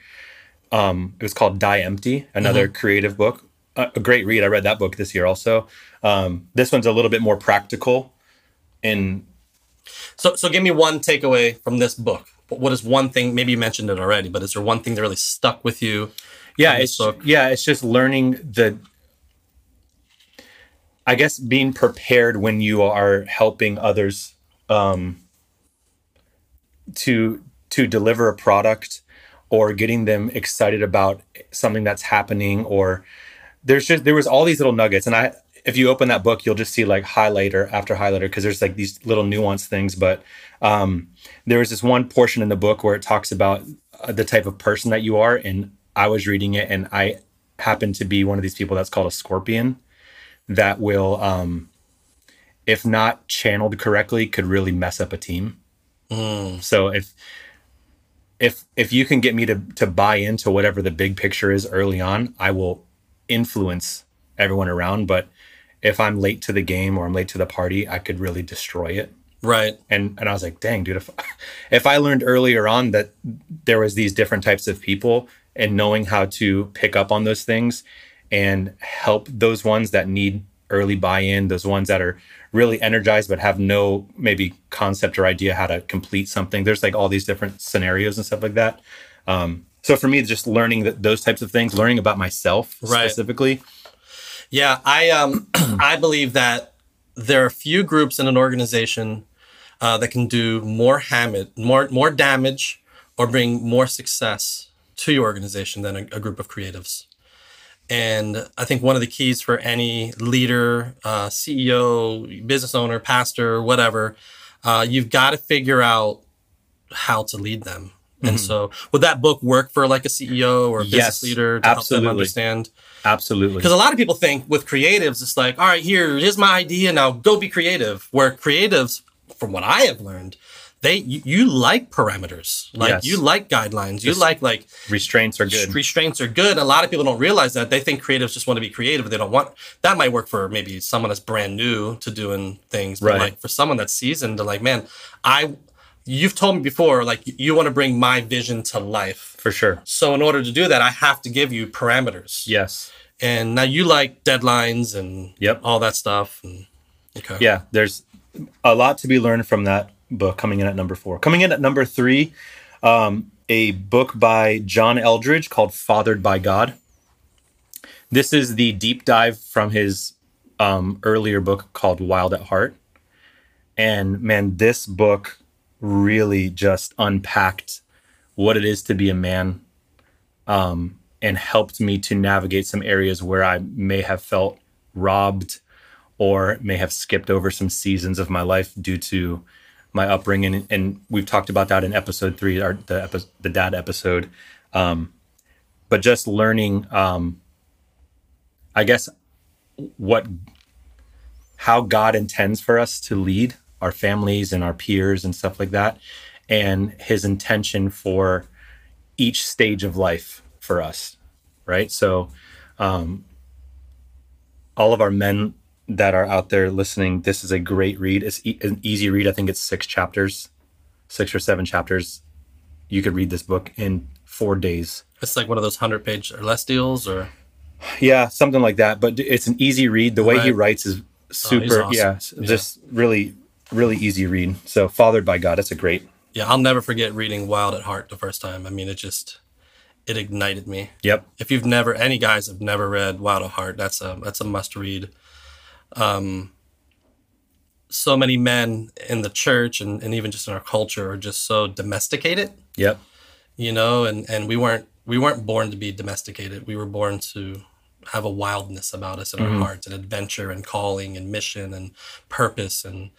A: Um, it was called Die Empty, another creative book. A, a great read. I read that book this year also. Um, this one's a little bit more practical in
B: So, so give me one takeaway from this book. What is one thing? Maybe you mentioned it already, but is there one thing that really stuck with you?
A: yeah,
B: from this
A: it's
B: book.
A: yeah, it's just learning the. I guess being prepared when you are helping others um, to to deliver a product or getting them excited about something that's happening or there's just there was all these little nuggets and I if you open that book you'll just see like highlighter after highlighter because there's like these little nuanced things but um, there was this one portion in the book where it talks about uh, the type of person that you are and i was reading it and i happen to be one of these people that's called a scorpion that will um, if not channeled correctly could really mess up a team so if if if you can get me to to buy into whatever the big picture is early on i will influence everyone around but if i'm late to the game or i'm late to the party i could really destroy it
B: Right.
A: and and I was like, dang, dude, if if I learned earlier on that there was these different types of people and knowing how to pick up on those things and help those ones that need early buy-in, those ones that are really energized but have no maybe concept or idea how to complete something. There's like all these different scenarios and stuff like that. Um, so for me, just learning that those types of things, learning about myself
B: Right.
A: specifically.
B: Yeah, I um I believe that there are few groups in an organization uh, that can do more hamid, more more damage or bring more success to your organization than a, a group of creatives. And I think one of the keys for any leader, uh, CEO, business owner, pastor, whatever, uh, you've got to figure out how to lead them. And so, would that book work for like a CEO or a business
A: Mm-hmm. Yes,
B: leader to help
A: absolutely.
B: them understand?
A: Absolutely.
B: Because a lot of people think with creatives, it's like, all right, here, here's my idea. Now go be creative. Where creatives, from what I have learned, they you, you like parameters, like
A: Yes.
B: you like guidelines, you like like
A: Restraints are good.
B: restraints are good. A lot of people don't realize that. They think creatives just want to be creative. They don't want that might work for maybe someone that's brand new to doing things, but
A: Right.
B: like for someone that's seasoned, they're like, man, I you've told me before, like you want to bring my vision to life.
A: for sure.
B: So in order to do that, I have to give you parameters
A: Yes.
B: and now you like deadlines and
A: Yep.
B: all that stuff. And, okay.
A: yeah, there's a lot to be learned from that book coming in at number four. Coming in at number three, um, a book by John Eldridge called Fathered by God. This is the deep dive from his um, earlier book called Wild at Heart. And man, this book really just unpacked what it is to be a man um, and helped me to navigate some areas where I may have felt robbed or may have skipped over some seasons of my life due to my upbringing. And we've talked about that in episode three, our, the, epi- the dad episode. Um, but just learning, um, I guess, what, how God intends for us to lead our families and our peers and stuff like that, and His intention for each stage of life for us, right? So, all of our men that are out there listening, this is a great read. It's e- an easy read. I think it's six chapters, six or seven chapters. You could read this book in four days.
B: It's like one of those hundred page or less deals or
A: Yeah, something like that. But it's an easy read. The way he
B: Right.
A: writes is super.
B: awesome.
A: Yeah, s- just really, really easy read. So, fathered by God. That's a great.
B: yeah, I'll never forget reading Wild at Heart the first time. I mean, it just it ignited me.
A: Yep.
B: If you've never any guys have never read Wild at Heart, that's a that's a must read. Um so many men in the church and, and even just in our culture are just so domesticated.
A: Yep.
B: you know and and we weren't we weren't born to be domesticated we were born to have a wildness about us in our hearts and adventure and calling and mission and purpose and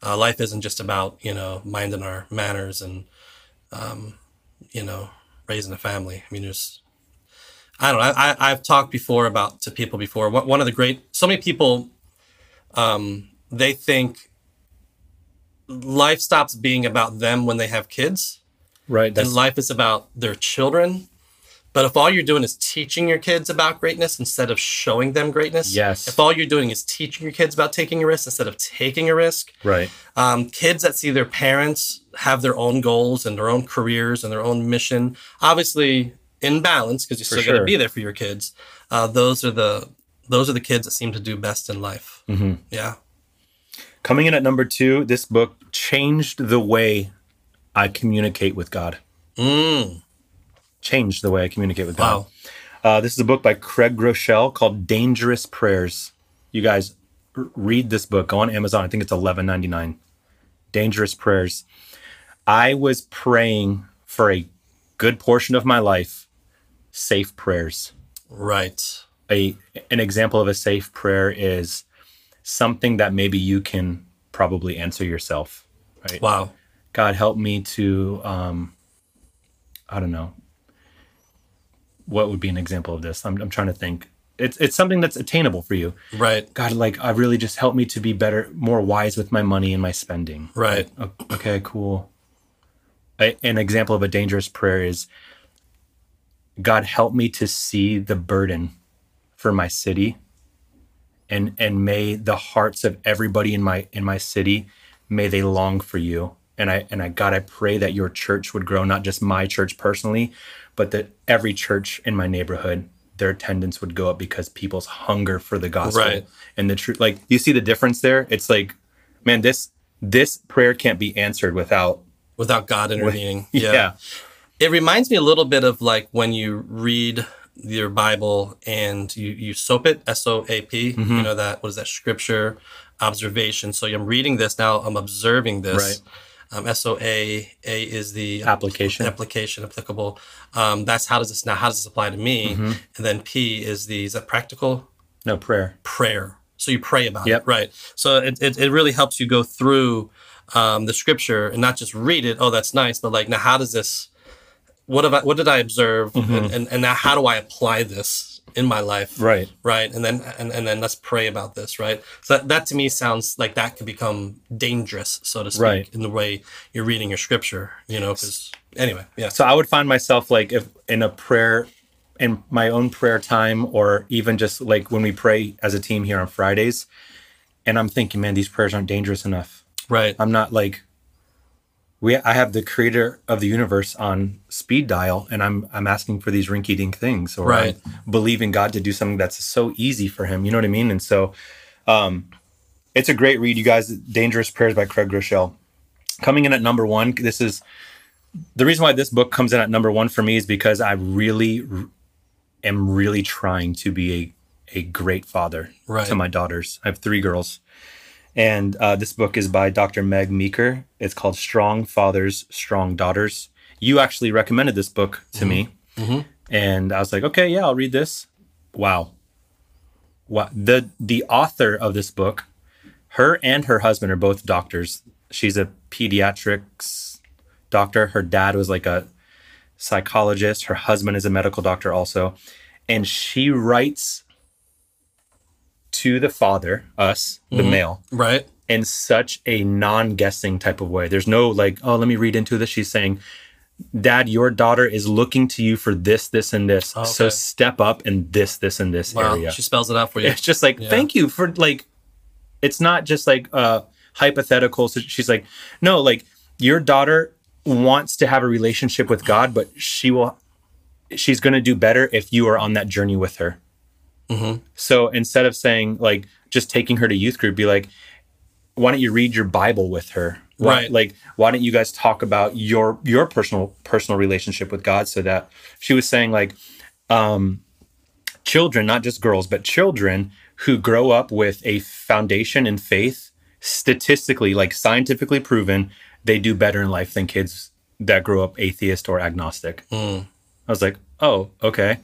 B: uh, life isn't just about you know minding our manners and um, you know raising a family i mean there's i don't know I, I, i've talked before about to people before one one of the great so many people um, they think life stops being about them when they have kids
A: Right. That's
B: and life is about their children But if all you're doing is teaching your kids about greatness instead of showing them greatness,
A: Yes.
B: If all you're doing is teaching your kids about taking a risk instead of taking a risk,
A: Right.
B: um, kids that see their parents have their own goals and their own careers and their own mission, obviously in balance because you're still going
A: sure.
B: to be there for your kids. Uh, those are the those are the kids that seem to do best in life.
A: Mm-hmm.
B: Yeah,
A: Coming in at number two, this book changed the way I communicate with God. Changed the way I communicate with God.
B: wow,
A: Uh, this is a book by Craig Rochelle called Dangerous Prayers. You guys r- read this book. Go on Amazon. I think it's eleven ninety nine. Dangerous Prayers. I was praying for a good portion of my life, safe prayers
B: right,
A: a an example of a safe prayer is something that maybe you can probably answer yourself. Right?
B: wow,
A: God help me to um, I don't know. What would be an example of this? I'm I'm trying to think. It's it's something that's attainable for you.
B: right,
A: God, like I really just help me to be better, more wise with my money and my spending.
B: right,
A: O- Okay, cool. A, an example of a dangerous prayer is God help me to see the burden for my city and and may the hearts of everybody in my in my city may they long for you. And I and I God I pray that your church would grow not just my church personally, but that every church in my neighborhood their attendance would go up because people's hunger for the gospel
B: Right.
A: and the truth like you see the difference there it's like man this this prayer can't be answered without
B: without God intervening.
A: yeah,
B: It reminds me a little bit of like when you read your Bible and you, you soap it, S O A P, you know, that, what is that, scripture, observation. So I'm reading this now, I'm observing this. Um, S O A A is the
A: Application.
B: application applicable. Um, that's how does this now, how does this apply to me? And then P is the, is that practical?
A: no prayer
B: prayer. So you pray about
A: Yep.
B: it, right? So it, it, it really helps you go through um, the scripture and not just read it. Oh, that's nice, but like now, how does this? What have I, What did I observe?
A: Mm-hmm.
B: And, and and now, how do I apply this in my life?
A: Right.
B: right, and then and, and then let's pray about this, right? So that, that to me sounds like that could become dangerous, so to speak,
A: Right.
B: in the way you're reading your scripture. You know, because anyway, yeah,
A: so i would find myself like if in a prayer in my own prayer time or even just like when we pray as a team here on fridays and i'm thinking man these prayers aren't dangerous enough
B: right,
A: i'm not like we i have the creator of the universe on speed dial and i'm i'm asking for these rinky-dink things or
B: Right.
A: I'm believing god to do something that's so easy for him you know what i mean and so um, It's a great read, you guys. Dangerous Prayers by Craig Rochelle. Coming in at number one, this is the reason why this book comes in at number one for me is because I really r- am really trying to be a, a great father
B: Right.
A: to my daughters. I have three girls. And uh, this book is by Dr. Meg Meeker. It's called Strong Fathers, Strong Daughters. You actually recommended this book to me. And I was like, okay, yeah, I'll read this. Wow. Wow. The, the author of this book, her and her husband are both doctors. She's a pediatrics doctor. Her dad was like a psychologist. Her husband is a medical doctor also. And she writes to the father, us,
B: Mm-hmm.
A: the male,
B: right,
A: in such a non-guessing type of way. There's no like, oh, let me read into this. She's saying, Dad, your daughter is looking to you for this, this, and this. So
B: okay.
A: step up in this, this, and this
B: wow.
A: area
B: She spells it out for you.
A: it's just like thank you for like it's not just like uh hypothetical so she's like no like your daughter wants to have a relationship with god but she will she's going to do better if you are on that journey with her so instead of saying like just taking her to youth group be like why don't you read your bible with her Why-
B: Right.
A: like why don't you guys talk about your your personal personal relationship with god so that she was saying like um, children, not just girls, but children who grow up with a foundation in faith, statistically, like scientifically proven, they do better in life than kids that grow up atheist or agnostic. I was like, oh, okay.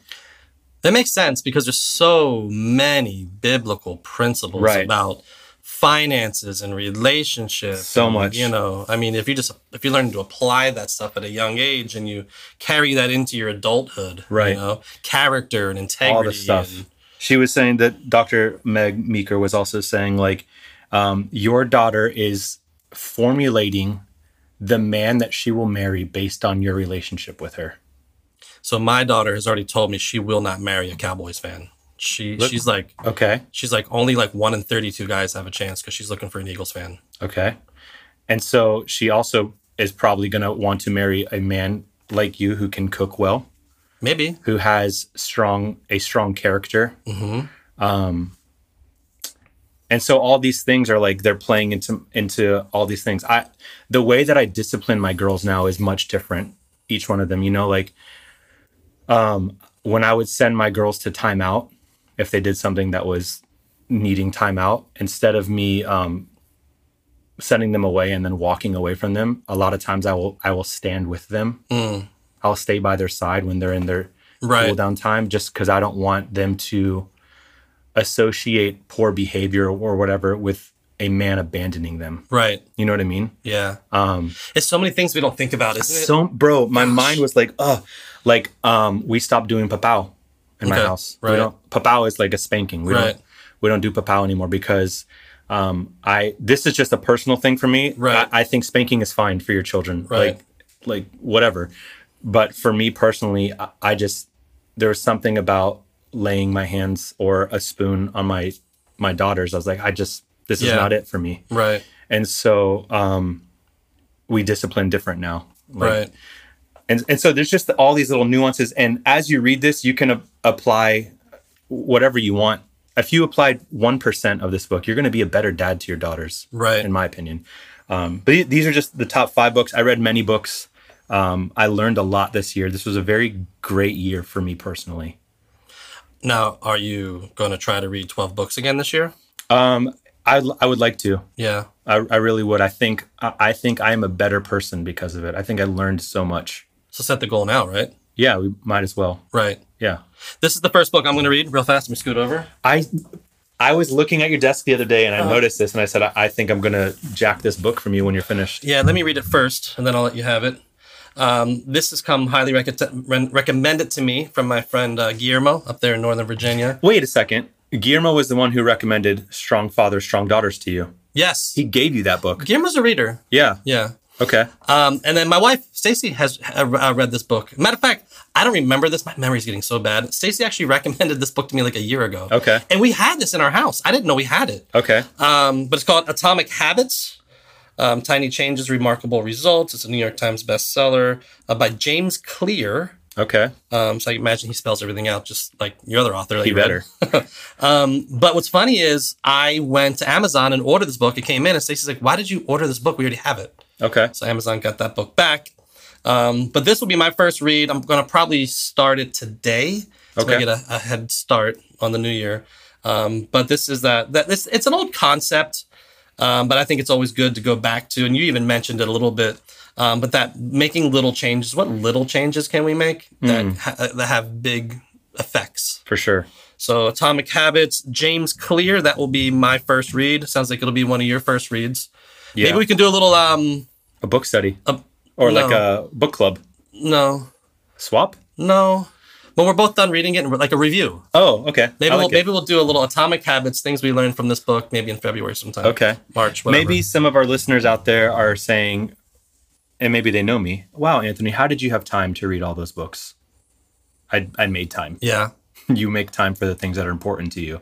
B: That makes sense because there's so many biblical principles
A: Right.
B: about finances and relationships.
A: So
B: and,
A: much.
B: You know, I mean, if you just if you learn to apply that stuff at a young age and you carry that into your adulthood,
A: Right.
B: You know, character and integrity.
A: all this stuff.
B: and-
A: She was saying that Dr. Meg Meeker was also saying, like, um, your daughter is formulating the man that she will marry based on your relationship with her.
B: So my daughter has already told me she will not marry a Cowboys fan. She
A: Look-
B: she's like
A: Okay.
B: she's like only like one in thirty two guys have a chance because she's looking for an Eagles fan.
A: Okay. And so she also is probably going to want to marry a man like you who can cook well,
B: Maybe
A: who has strong a strong character. Mm-hmm. Um, and so all these things are like they're playing into into all these things. I the way that I discipline my girls now is much different. Each one of them, you know, like um, when I would send my girls to timeout if they did something that was needing timeout, instead of me um, sending them away and then walking away from them a lot of times i will i will stand with them i'll stay by their side when they're in their
B: Right.
A: cool down time just because i don't want them to associate poor behavior or whatever with a man abandoning them
B: right
A: you know what i mean
B: yeah.
A: um
B: It's so many things we don't think about, isn't it?
A: so bro my mind was like uh like um we stopped doing papao in my
B: Okay,
A: house
B: right.
A: we don't papao is like a spanking we
B: Right.
A: don't we don't do papao anymore because um i this is just a personal thing for me
B: Right.
A: i, I think spanking is fine for your children
B: Right.
A: like like whatever but for me personally I, I just there was something about laying my hands or a spoon on my my daughters i was like i just this is
B: Yeah.
A: not it for me
B: right.
A: and so um we discipline different now Like,
B: right.
A: and and so there's just all these little nuances and as you read this you can a- apply whatever you want if you applied 1% of this book you're going to be a better dad to your daughters
B: Right.
A: in my opinion um, but th- these are just the top five books i read many books um, i learned a lot this year this was a very great year for me personally
B: Now, are you going to try to read 12 books again this year?
A: um, I, l- I would like to
B: Yeah.
A: I, I really would i think I, I think i am a better person because of it i think i learned so much
B: So set the goal now, right?
A: yeah we might as well
B: Right.
A: yeah
B: This is the first book I'm going to read real fast. Let me scoot over.
A: I I was looking at your desk the other day and
B: Uh-huh.
A: I noticed this and I said, I, I think I'm gonna jack this book from you when you're finished.
B: Yeah, let me read it first and then I'll let you have it. Um, this has come highly rec- re- recommended to me from my friend uh, Guillermo up there in Northern Virginia.
A: Wait a second. Guillermo was the one who recommended Strong Fathers, Strong Daughters to you.
B: Yes.
A: He gave you that book.
B: Guillermo's a reader.
A: Yeah.
B: Yeah.
A: Okay.
B: Um, and then my wife, Stacy, has uh, uh, read this book. Matter of fact, I don't remember this. My memory's getting so bad. Stacy actually recommended this book to me like a year ago.
A: Okay.
B: And we had this in our house. I didn't know we had it.
A: Okay.
B: Um, but it's called Atomic Habits. Um, Tiny Changes, Remarkable Results. It's a New York Times bestseller uh, by James Clear.
A: Okay.
B: Um, so I imagine he spells everything out just like your other author. that
A: He
B: you read.
A: better.
B: Um, but what's funny is I went to Amazon and ordered this book. It came in and Stacey's like, why did you order this book? We already have it.
A: Okay.
B: So Amazon got that book back. Um, but this will be my first read. I'm going to probably start it today. So I
A: Okay.
B: get a, a head start on the new year. Um, but this is that, that this, it's an old concept, um, but I think it's always good to go back to. And you even mentioned it a little bit. Um, but that making little changes, what little changes can we make
A: Hmm.
B: that, ha- uh, that have big effects?
A: For sure.
B: So Atomic Habits, James Clear. That will be my first read. Sounds like it'll be one of your first reads.
A: Yeah.
B: Maybe we can do a little. Um,
A: a book study.
B: a,
A: Or like
B: Um, no.
A: a book club.
B: no,
A: Swap?
B: no. When we're both done reading it, like a review.
A: Oh, okay.
B: Maybe
A: I like
B: we'll
A: it.
B: maybe we'll do a little Atomic Habits, things we learned from this book, maybe in February sometime.
A: Okay.
B: March. Whatever.
A: Maybe some of our listeners out there are saying, and maybe they know me, wow, Anthony, how did you have time to read all those books? I, I made time.
B: Yeah.
A: you make time for the things that are important to you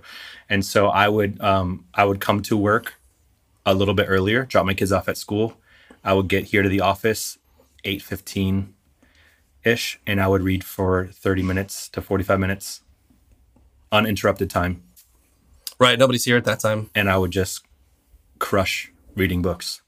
A: and so i would um, i would come to work a little bit earlier drop my kids off at school i would get here to the office 8.15 ish and i would read for 30 minutes to 45 minutes uninterrupted time
B: Right. Nobody's here at that time.
A: and i would just crush reading books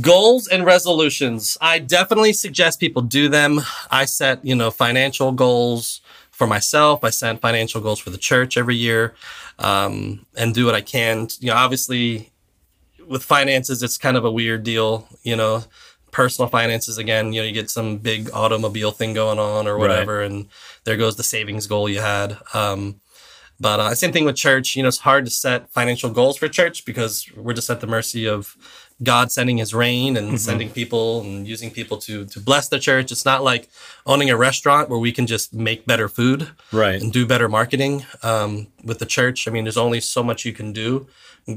B: goals and resolutions i definitely suggest people do them i set you know financial goals for myself i set financial goals for the church every year um, and do what i can you know obviously with finances it's kind of a weird deal you know personal finances again you know you get some big automobile thing going on or whatever and there goes the savings goal you had um, but uh, same thing with church. You know, it's hard to set financial goals for church because we're just at the mercy of God sending his rain and sending people and using people to to bless the church. It's not like owning a restaurant where we can just make better food
A: Right.
B: and do better marketing um, with the church. I mean, there's only so much you can do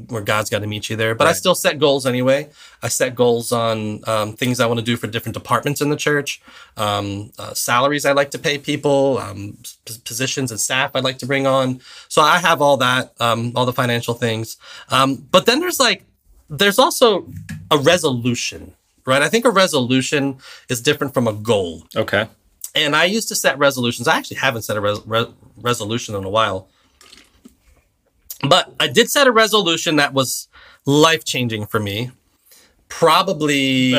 B: where God's got to meet you there. But I still set goals anyway. I set goals on um, things I want to do for different departments in the church, um, uh, salaries I like to pay people, um, p- positions and staff I'd like to bring on. So I have all that, um, all the financial things. Um, but then there's like, there's also a resolution, right? I think a resolution is different from a goal.
A: Okay.
B: And I used to set resolutions. I actually haven't set a res- re- resolution in a while. But I did set a resolution that was life changing for me probably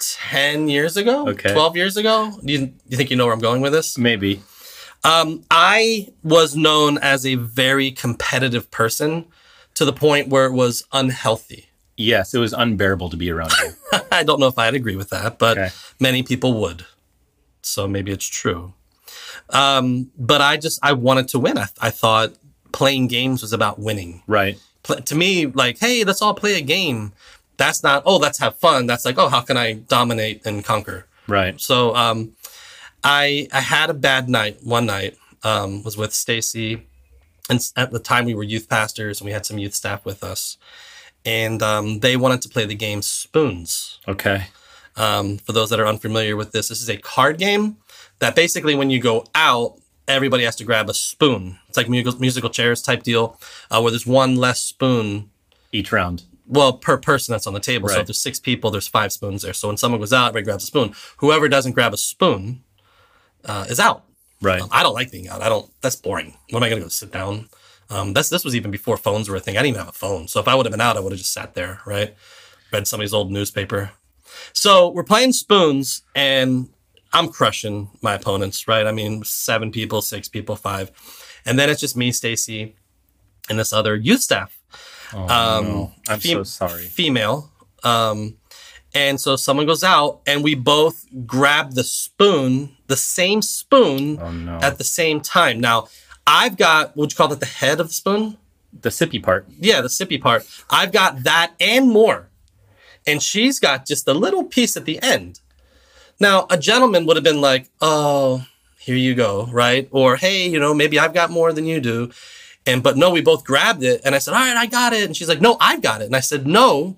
B: 10 years ago,
A: Okay. Mm.
B: 12 years ago. Do you, you think you know where I'm going with this?
A: Maybe.
B: Um, I was known as a very competitive person to the point where it was unhealthy.
A: Yes, it was unbearable to be around you.
B: I don't know if I'd agree with that, but
A: Okay.
B: many people would. So maybe it's true. Um, but I just I wanted to win. I, I thought playing games was about winning.
A: Right.
B: Pl- to me, like, hey, let's all play a game. That's not oh, let's have fun. That's like oh, how can I dominate and conquer?
A: Right.
B: So um, I I had a bad night one night. Um, was with Stacy, and s- at the time we were youth pastors and we had some youth staff with us, and um, they wanted to play the game spoons.
A: Okay.
B: Um, for those that are unfamiliar with this, this is a card game that basically when you go out, everybody has to grab a spoon. It's like musical, musical chairs type deal, uh, where there's one less spoon.
A: Each round.
B: Well, per person that's on the table. So
A: Right.
B: if there's six people, there's five spoons there. So when someone goes out, everybody grabs a spoon. Whoever doesn't grab a spoon uh, is out.
A: Right.
B: I don't like being out. I don't. That's boring. When am I going to go sit down? Um, that's this was even before phones were a thing. I didn't even have a phone, so if I would have been out, I would have just sat there, right? Read somebody's old newspaper. So we're playing spoons, and I'm crushing my opponents, right? I mean, seven people, six people, five, and then it's just me, Stacy, and this other youth staff. um,
A: Oh, I'm
B: fem-
A: so sorry.
B: Female. Um, and so someone goes out, and we both grab the spoon, the same spoon,
A: Oh no.
B: at the same time. Now, I've got what you call that the head of the spoon?
A: the sippy part.
B: Yeah, the sippy part. I've got that and more. And she's got just a little piece at the end. Now, a gentleman would have been like, "Oh, here you go," right? Or, "Hey, you know, maybe I've got more than you do." And but no, we both grabbed it and I said, "All right, I got it." And she's like, "No, I've got it." And I said, "No,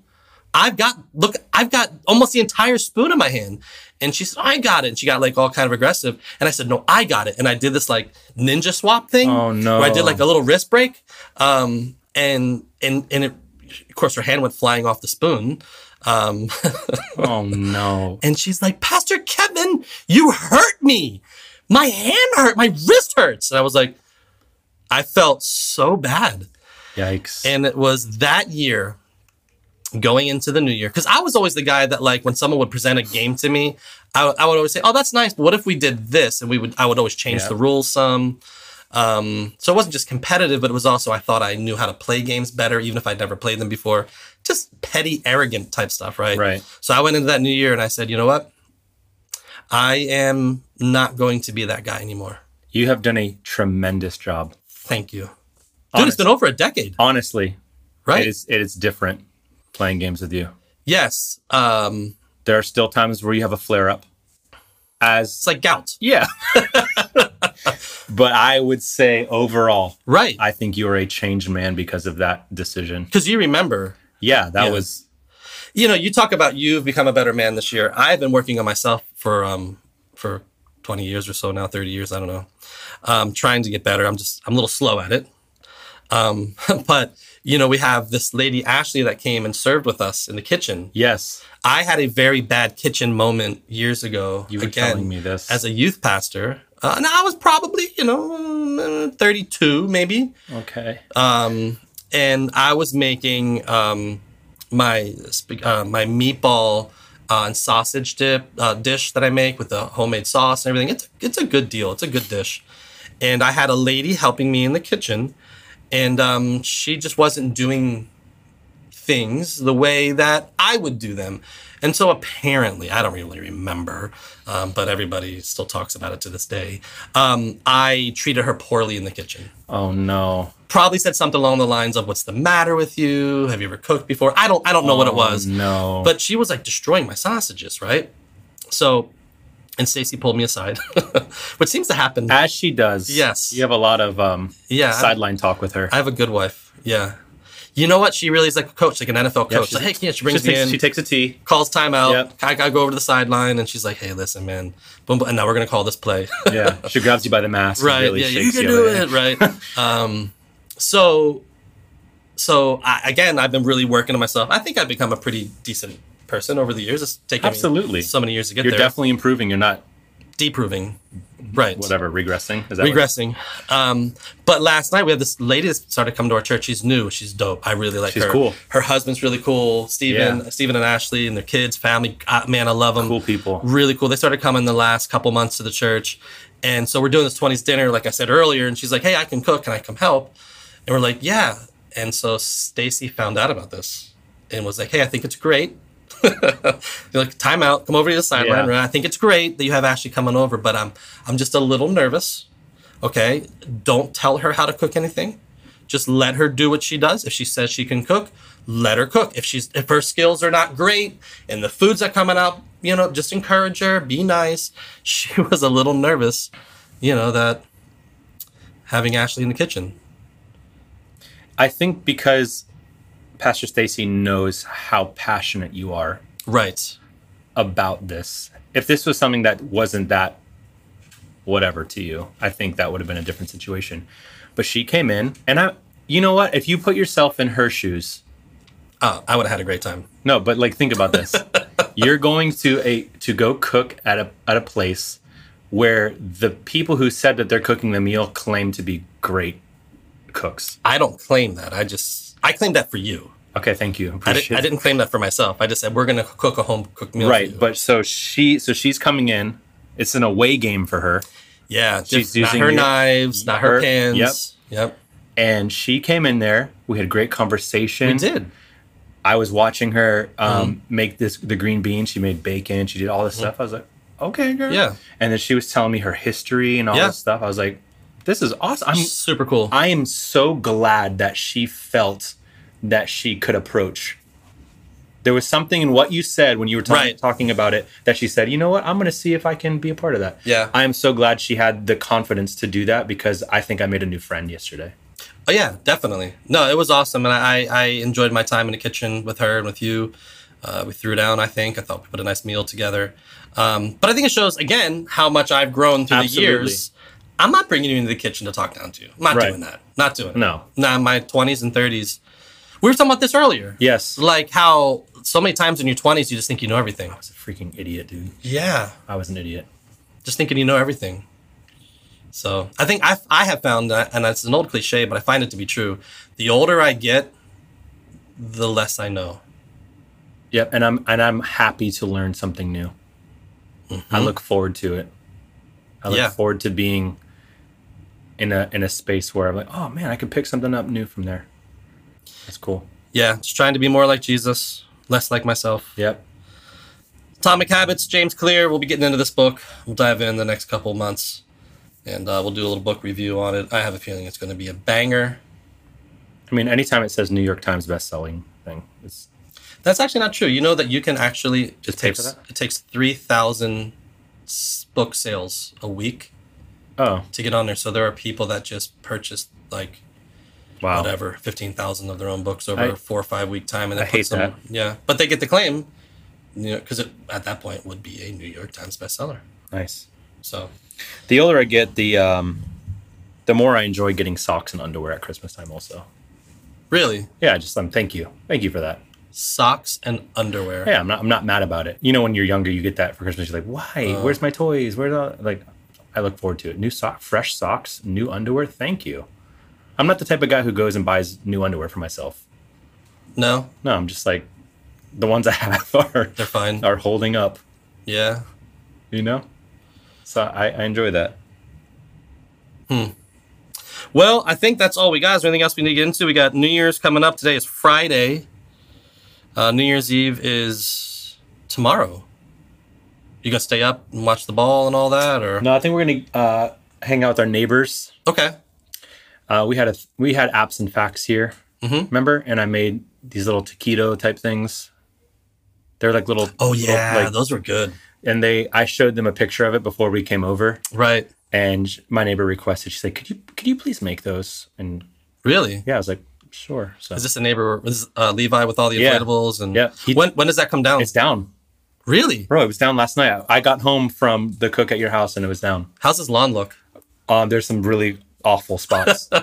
B: I've got look, I've got almost the entire spoon in my hand. And she said, I got it. And she got like all kind of aggressive. And I said, No, I got it. And I did this like ninja swap thing.
A: Oh, no.
B: Where I did like a little wrist break. Um and and and it of course her hand went flying off the spoon. Um
A: Oh no.
B: and she's like, Pastor Kevin, you hurt me. My hand hurt, my wrist hurts. And I was like, I felt so bad.
A: Yikes.
B: And it was that year going into the new year. Because I was always the guy that, like, when someone would present a game to me, I, I would always say, Oh, that's nice. But what if we did this? And we would, I would always change
A: Yeah.
B: the rules some. Um, so it wasn't just competitive, but it was also, I thought I knew how to play games better, even if I'd never played them before. Just petty, arrogant type stuff, right?
A: Right.
B: So I went into that new year and I said, You know what? I am not going to be that guy anymore.
A: you have done a tremendous job.
B: Thank you. Dude, it's
A: Honest-
B: been over a decade,
A: Honestly,
B: right?
A: it is it is different playing games with you.
B: yes. Um,
A: There are still times where you have a flare up. As
B: it's like gout.
A: yeah. but I would say overall,
B: Right.
A: I think you are a changed man because of that decision.
B: Because you remember,
A: Yeah, that
B: Yeah.
A: was
B: you know, you talk about you've become a better man this year. I've been working on myself for um for 20 years or so now, 30 years, I don't know. Um, trying to get better. I'm just I'm a little slow at it. Um, but you know, we have this lady Ashley that came and served with us in the kitchen.
A: yes.
B: I had a very bad kitchen moment years ago.
A: You were telling me this.
B: as a youth pastor. Uh, and I was probably, you know, 32 maybe.
A: okay.
B: um, and I was making um, my sp- uh, my meatball uh, and sausage dip uh, dish that I make with the homemade sauce and everything. It's it's a good deal. It's a good dish, and I had a lady helping me in the kitchen, and um, she just wasn't doing things the way that I would do them. And so apparently, I don't really remember, um, but everybody still talks about it to this day. Um, I treated her poorly in the kitchen.
A: Oh no.
B: Probably said something along the lines of "What's the matter with you? Have you ever cooked before?" I don't, I don't know what it was.
A: Oh, No.
B: But she was like destroying my sausages, right? So, and Stacy pulled me aside, which seems to happen.
A: as she does.
B: Yes.
A: You have a lot of um
B: Yeah.
A: sideline talk with her.
B: I have a good wife. Yeah. You know what? She really is like a coach, like an NFL coach.
A: she's-
B: like, hey, yeah, she
A: she,
B: brings me in,
A: takes, she takes a tea.
B: calls timeout.
A: Yep.
B: I, I go over to the sideline, and she's like, hey, listen, man, boom, boom, and now we're gonna call this play.
A: Yeah. she grabs you by the mask. and
B: right?
A: really
B: yeah, you
A: shakes
B: can
A: over
B: do it, right? um, so, so I, again, I've been really working on myself. I think I've become a pretty decent person over the years. It's taken
A: Absolutely.
B: me so many years to get
A: You're
B: there.
A: definitely improving. You're not
B: Deproving, right?
A: whatever regressing. Is that what-
B: regressing. Um, but last night we had this lady that started coming to our church. She's new. She's dope. I really like
A: She's
B: her.
A: cool.
B: Her husband's really cool. Steven,
A: Yeah.
B: Steven and Ashley and their kids, family. Ah, man, I love them.
A: Cool people.
B: Really cool. They started coming the last couple months to the church. And so we're doing this 20s dinner, like I said earlier. And she's like, hey, I can cook. Can I come help? And we're like, yeah. And so Stacy found out about this and was like, hey, I think it's great. They're like, time out. Come over to the sideline.
A: Yeah.
B: I think it's great that you have Ashley coming over, but I'm, I'm just a little nervous. Okay. Don't tell her how to cook anything. Just let her do what she does. If she says she can cook, let her cook. If she's if her skills are not great and the foods are coming out, you know, just encourage her, be nice. She was a little nervous, you know, that having Ashley in the kitchen.
A: I think because Pastor Stacy knows how passionate you are
B: Right.
A: about this. If this was something that wasn't that whatever to you, I think that would have been a different situation. But she came in and I you know what? If you put yourself in her shoes,
B: Oh, I would have had a great time.
A: No, but like think about this. You're going to a to go cook at a at a place where the people who said that they're cooking the meal claim to be great cooks.
B: I don't claim that. I just I claim that for you.
A: Okay, thank you.
B: I,
A: Appreciate
B: didn't I
A: it.
B: didn't claim that for myself. I just said we're gonna cook a home cooked meal. for you."
A: Right, but so she so she's coming in. It's an away game for her,
B: yeah,
A: she's
B: just not
A: using
B: her
A: your-
B: knives, not her,
A: her-
B: pans. Yep.
A: and she came in there. We had great conversation.
B: Yep. We did. Mm-hmm.
A: I was watching her um, make this the green bean. She made bacon. She did all this stuff. I was like, okay, girl.
B: Yeah.
A: And then she was telling me her history and all
B: Yeah.
A: this stuff. I was like, this is awesome. I'm
B: Super cool.
A: I am so glad that she felt that she could approach. There was something in what you said when you were talking,
B: Right.
A: talking about it that she said, you know what, I'm going to see if I can be a part of that.
B: Yeah.
A: I am so glad she had the confidence to do that because I think I made a new friend yesterday.
B: Oh yeah, definitely. No, it was awesome, and I I enjoyed my time in the kitchen with her and with you. Uh, we threw down. I think I thought we put a nice meal together. Um, but I think it shows again how much I've grown through
A: Absolutely.
B: the years. I'm not bringing you into the kitchen to talk down to. I'm not
A: Right.
B: doing that. Not doing it.
A: No.
B: Nah, my 20s and 30s. We were talking about this earlier.
A: Yes.
B: Like how so many times in your 20s you just think you know everything.
A: I was a freaking idiot, dude.
B: Yeah.
A: I was an idiot.
B: just thinking you know everything. So I think I I have found that, and it's an old cliche, but I find it to be true. The older I get, the less I know.
A: Yep. And I'm and I'm happy to learn something new. I look forward to it. I look
B: Mm-hmm. Yeah.
A: forward to being in a in a space where I'm like, oh man, I could pick something up new from there. That's cool.
B: Yeah, just trying to be more like Jesus, less like myself.
A: Yep.
B: Atomic Habits, James Clear. We'll be getting into this book. We'll dive in the next couple months, and uh, we'll do a little book review on it. I have a feeling it's going to be a banger.
A: I mean, anytime it says New York Times best-selling thing, it's
B: That's actually not true. You know that you can actually it
A: pay for
B: takes
A: that?
B: it takes three thousand book sales a week
A: oh
B: to get on there. So there are people that just purchase like
A: wow,
B: whatever, fifteen thousand of their own books over
A: I-
B: a four or five week time, and
A: I
B: that puts
A: hate
B: them. Yeah, but they get the claim, you know, because at that point would be a New York Times bestseller.
A: nice.
B: So
A: The older I get, the um, the more I enjoy getting socks and underwear at Christmas time. Also,
B: really,
A: yeah, just um, thank you, thank you for that.
B: socks and underwear.
A: Yeah, I'm not, I'm not mad about it. You know, when you're younger, you get that for Christmas. You're like, why?
B: Uh-huh.
A: Where's my toys? Where's all? like? I look forward to it. New sock, fresh socks, new underwear. Thank you. I'm not the type of guy who goes and buys new underwear for myself.
B: No,
A: No, I'm just like, the ones I have are
B: they're fine.
A: are holding up.
B: Yeah,
A: You know, so I, I enjoy that.
B: Well, I think that's all we got. Is there anything else we need to get into? We got New Year's coming up. Today is Friday. Uh, New Year's Eve is tomorrow. You gonna stay up and watch the ball and all that, or
A: No, I think we're gonna uh, hang out with our neighbors.
B: okay?
A: Uh, we had a we had apps and facts here.
B: Mm-hmm.
A: Remember? And I made these little taquito type things. They're like little.
B: Oh
A: little,
B: yeah,
A: like,
B: those were good.
A: and they I showed them a picture of it before we came over,
B: Right?
A: and sh- my neighbor requested. She said, "Could you could you please make those?" And
B: Really?
A: yeah, I was like, "Sure." So
B: Is this a neighbor? Is uh, Levi with all the
A: Yeah.
B: inflatables? And
A: Yeah. He-
B: when when does that come down?
A: it's down,
B: Really?
A: bro. It was down last night. I got home from the cook at your house, and it was down.
B: How's his lawn look?
A: Um, there's some really awful spots.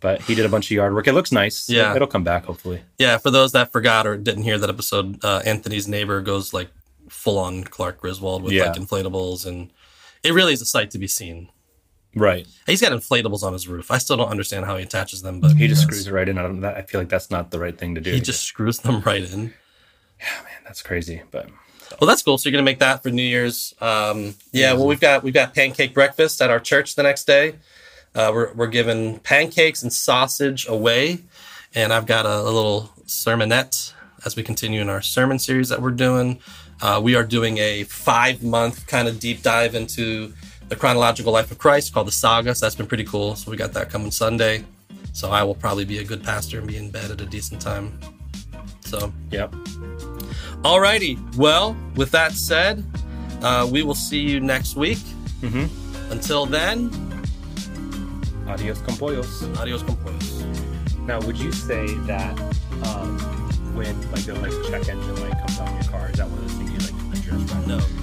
A: But he did a bunch of yard work. It looks nice.
B: Yeah.
A: It'll come back hopefully.
B: Yeah, for those that forgot or didn't hear that episode, uh, Anthony's neighbor goes like full on Clark Griswold with
A: Yeah.
B: like inflatables, and it really is a sight to be seen.
A: Right.
B: He's got inflatables on his roof. I still don't understand how he attaches them, but
A: He just
B: does.
A: screws it right in. I don't that I feel like that's not the right thing to do.
B: He just screws them right in.
A: Man, that's crazy. But
B: Well, Oh, that's cool. So you're gonna make that for New Year's. Um, yeah. Well, we've got we've got pancake breakfast at our church the next day. Uh, we're we're giving pancakes and sausage away, and I've got a, a little sermonette as we continue in our sermon series that we're doing. Uh, we are doing a five month kind of deep dive into the chronological life of Christ called the Saga. So that's been pretty cool. So we got that coming Sunday. So I will probably be a good pastor and be in bed at a decent time. So
A: yep.
B: Alrighty. Well, with that said, uh, we will see you next week. Until then,
A: Mm-hmm. Adios con pollos.
B: adios con pollos.
A: Now would you say that um, when like the like check engine light comes on your car, is that one of those things you like address right
B: No.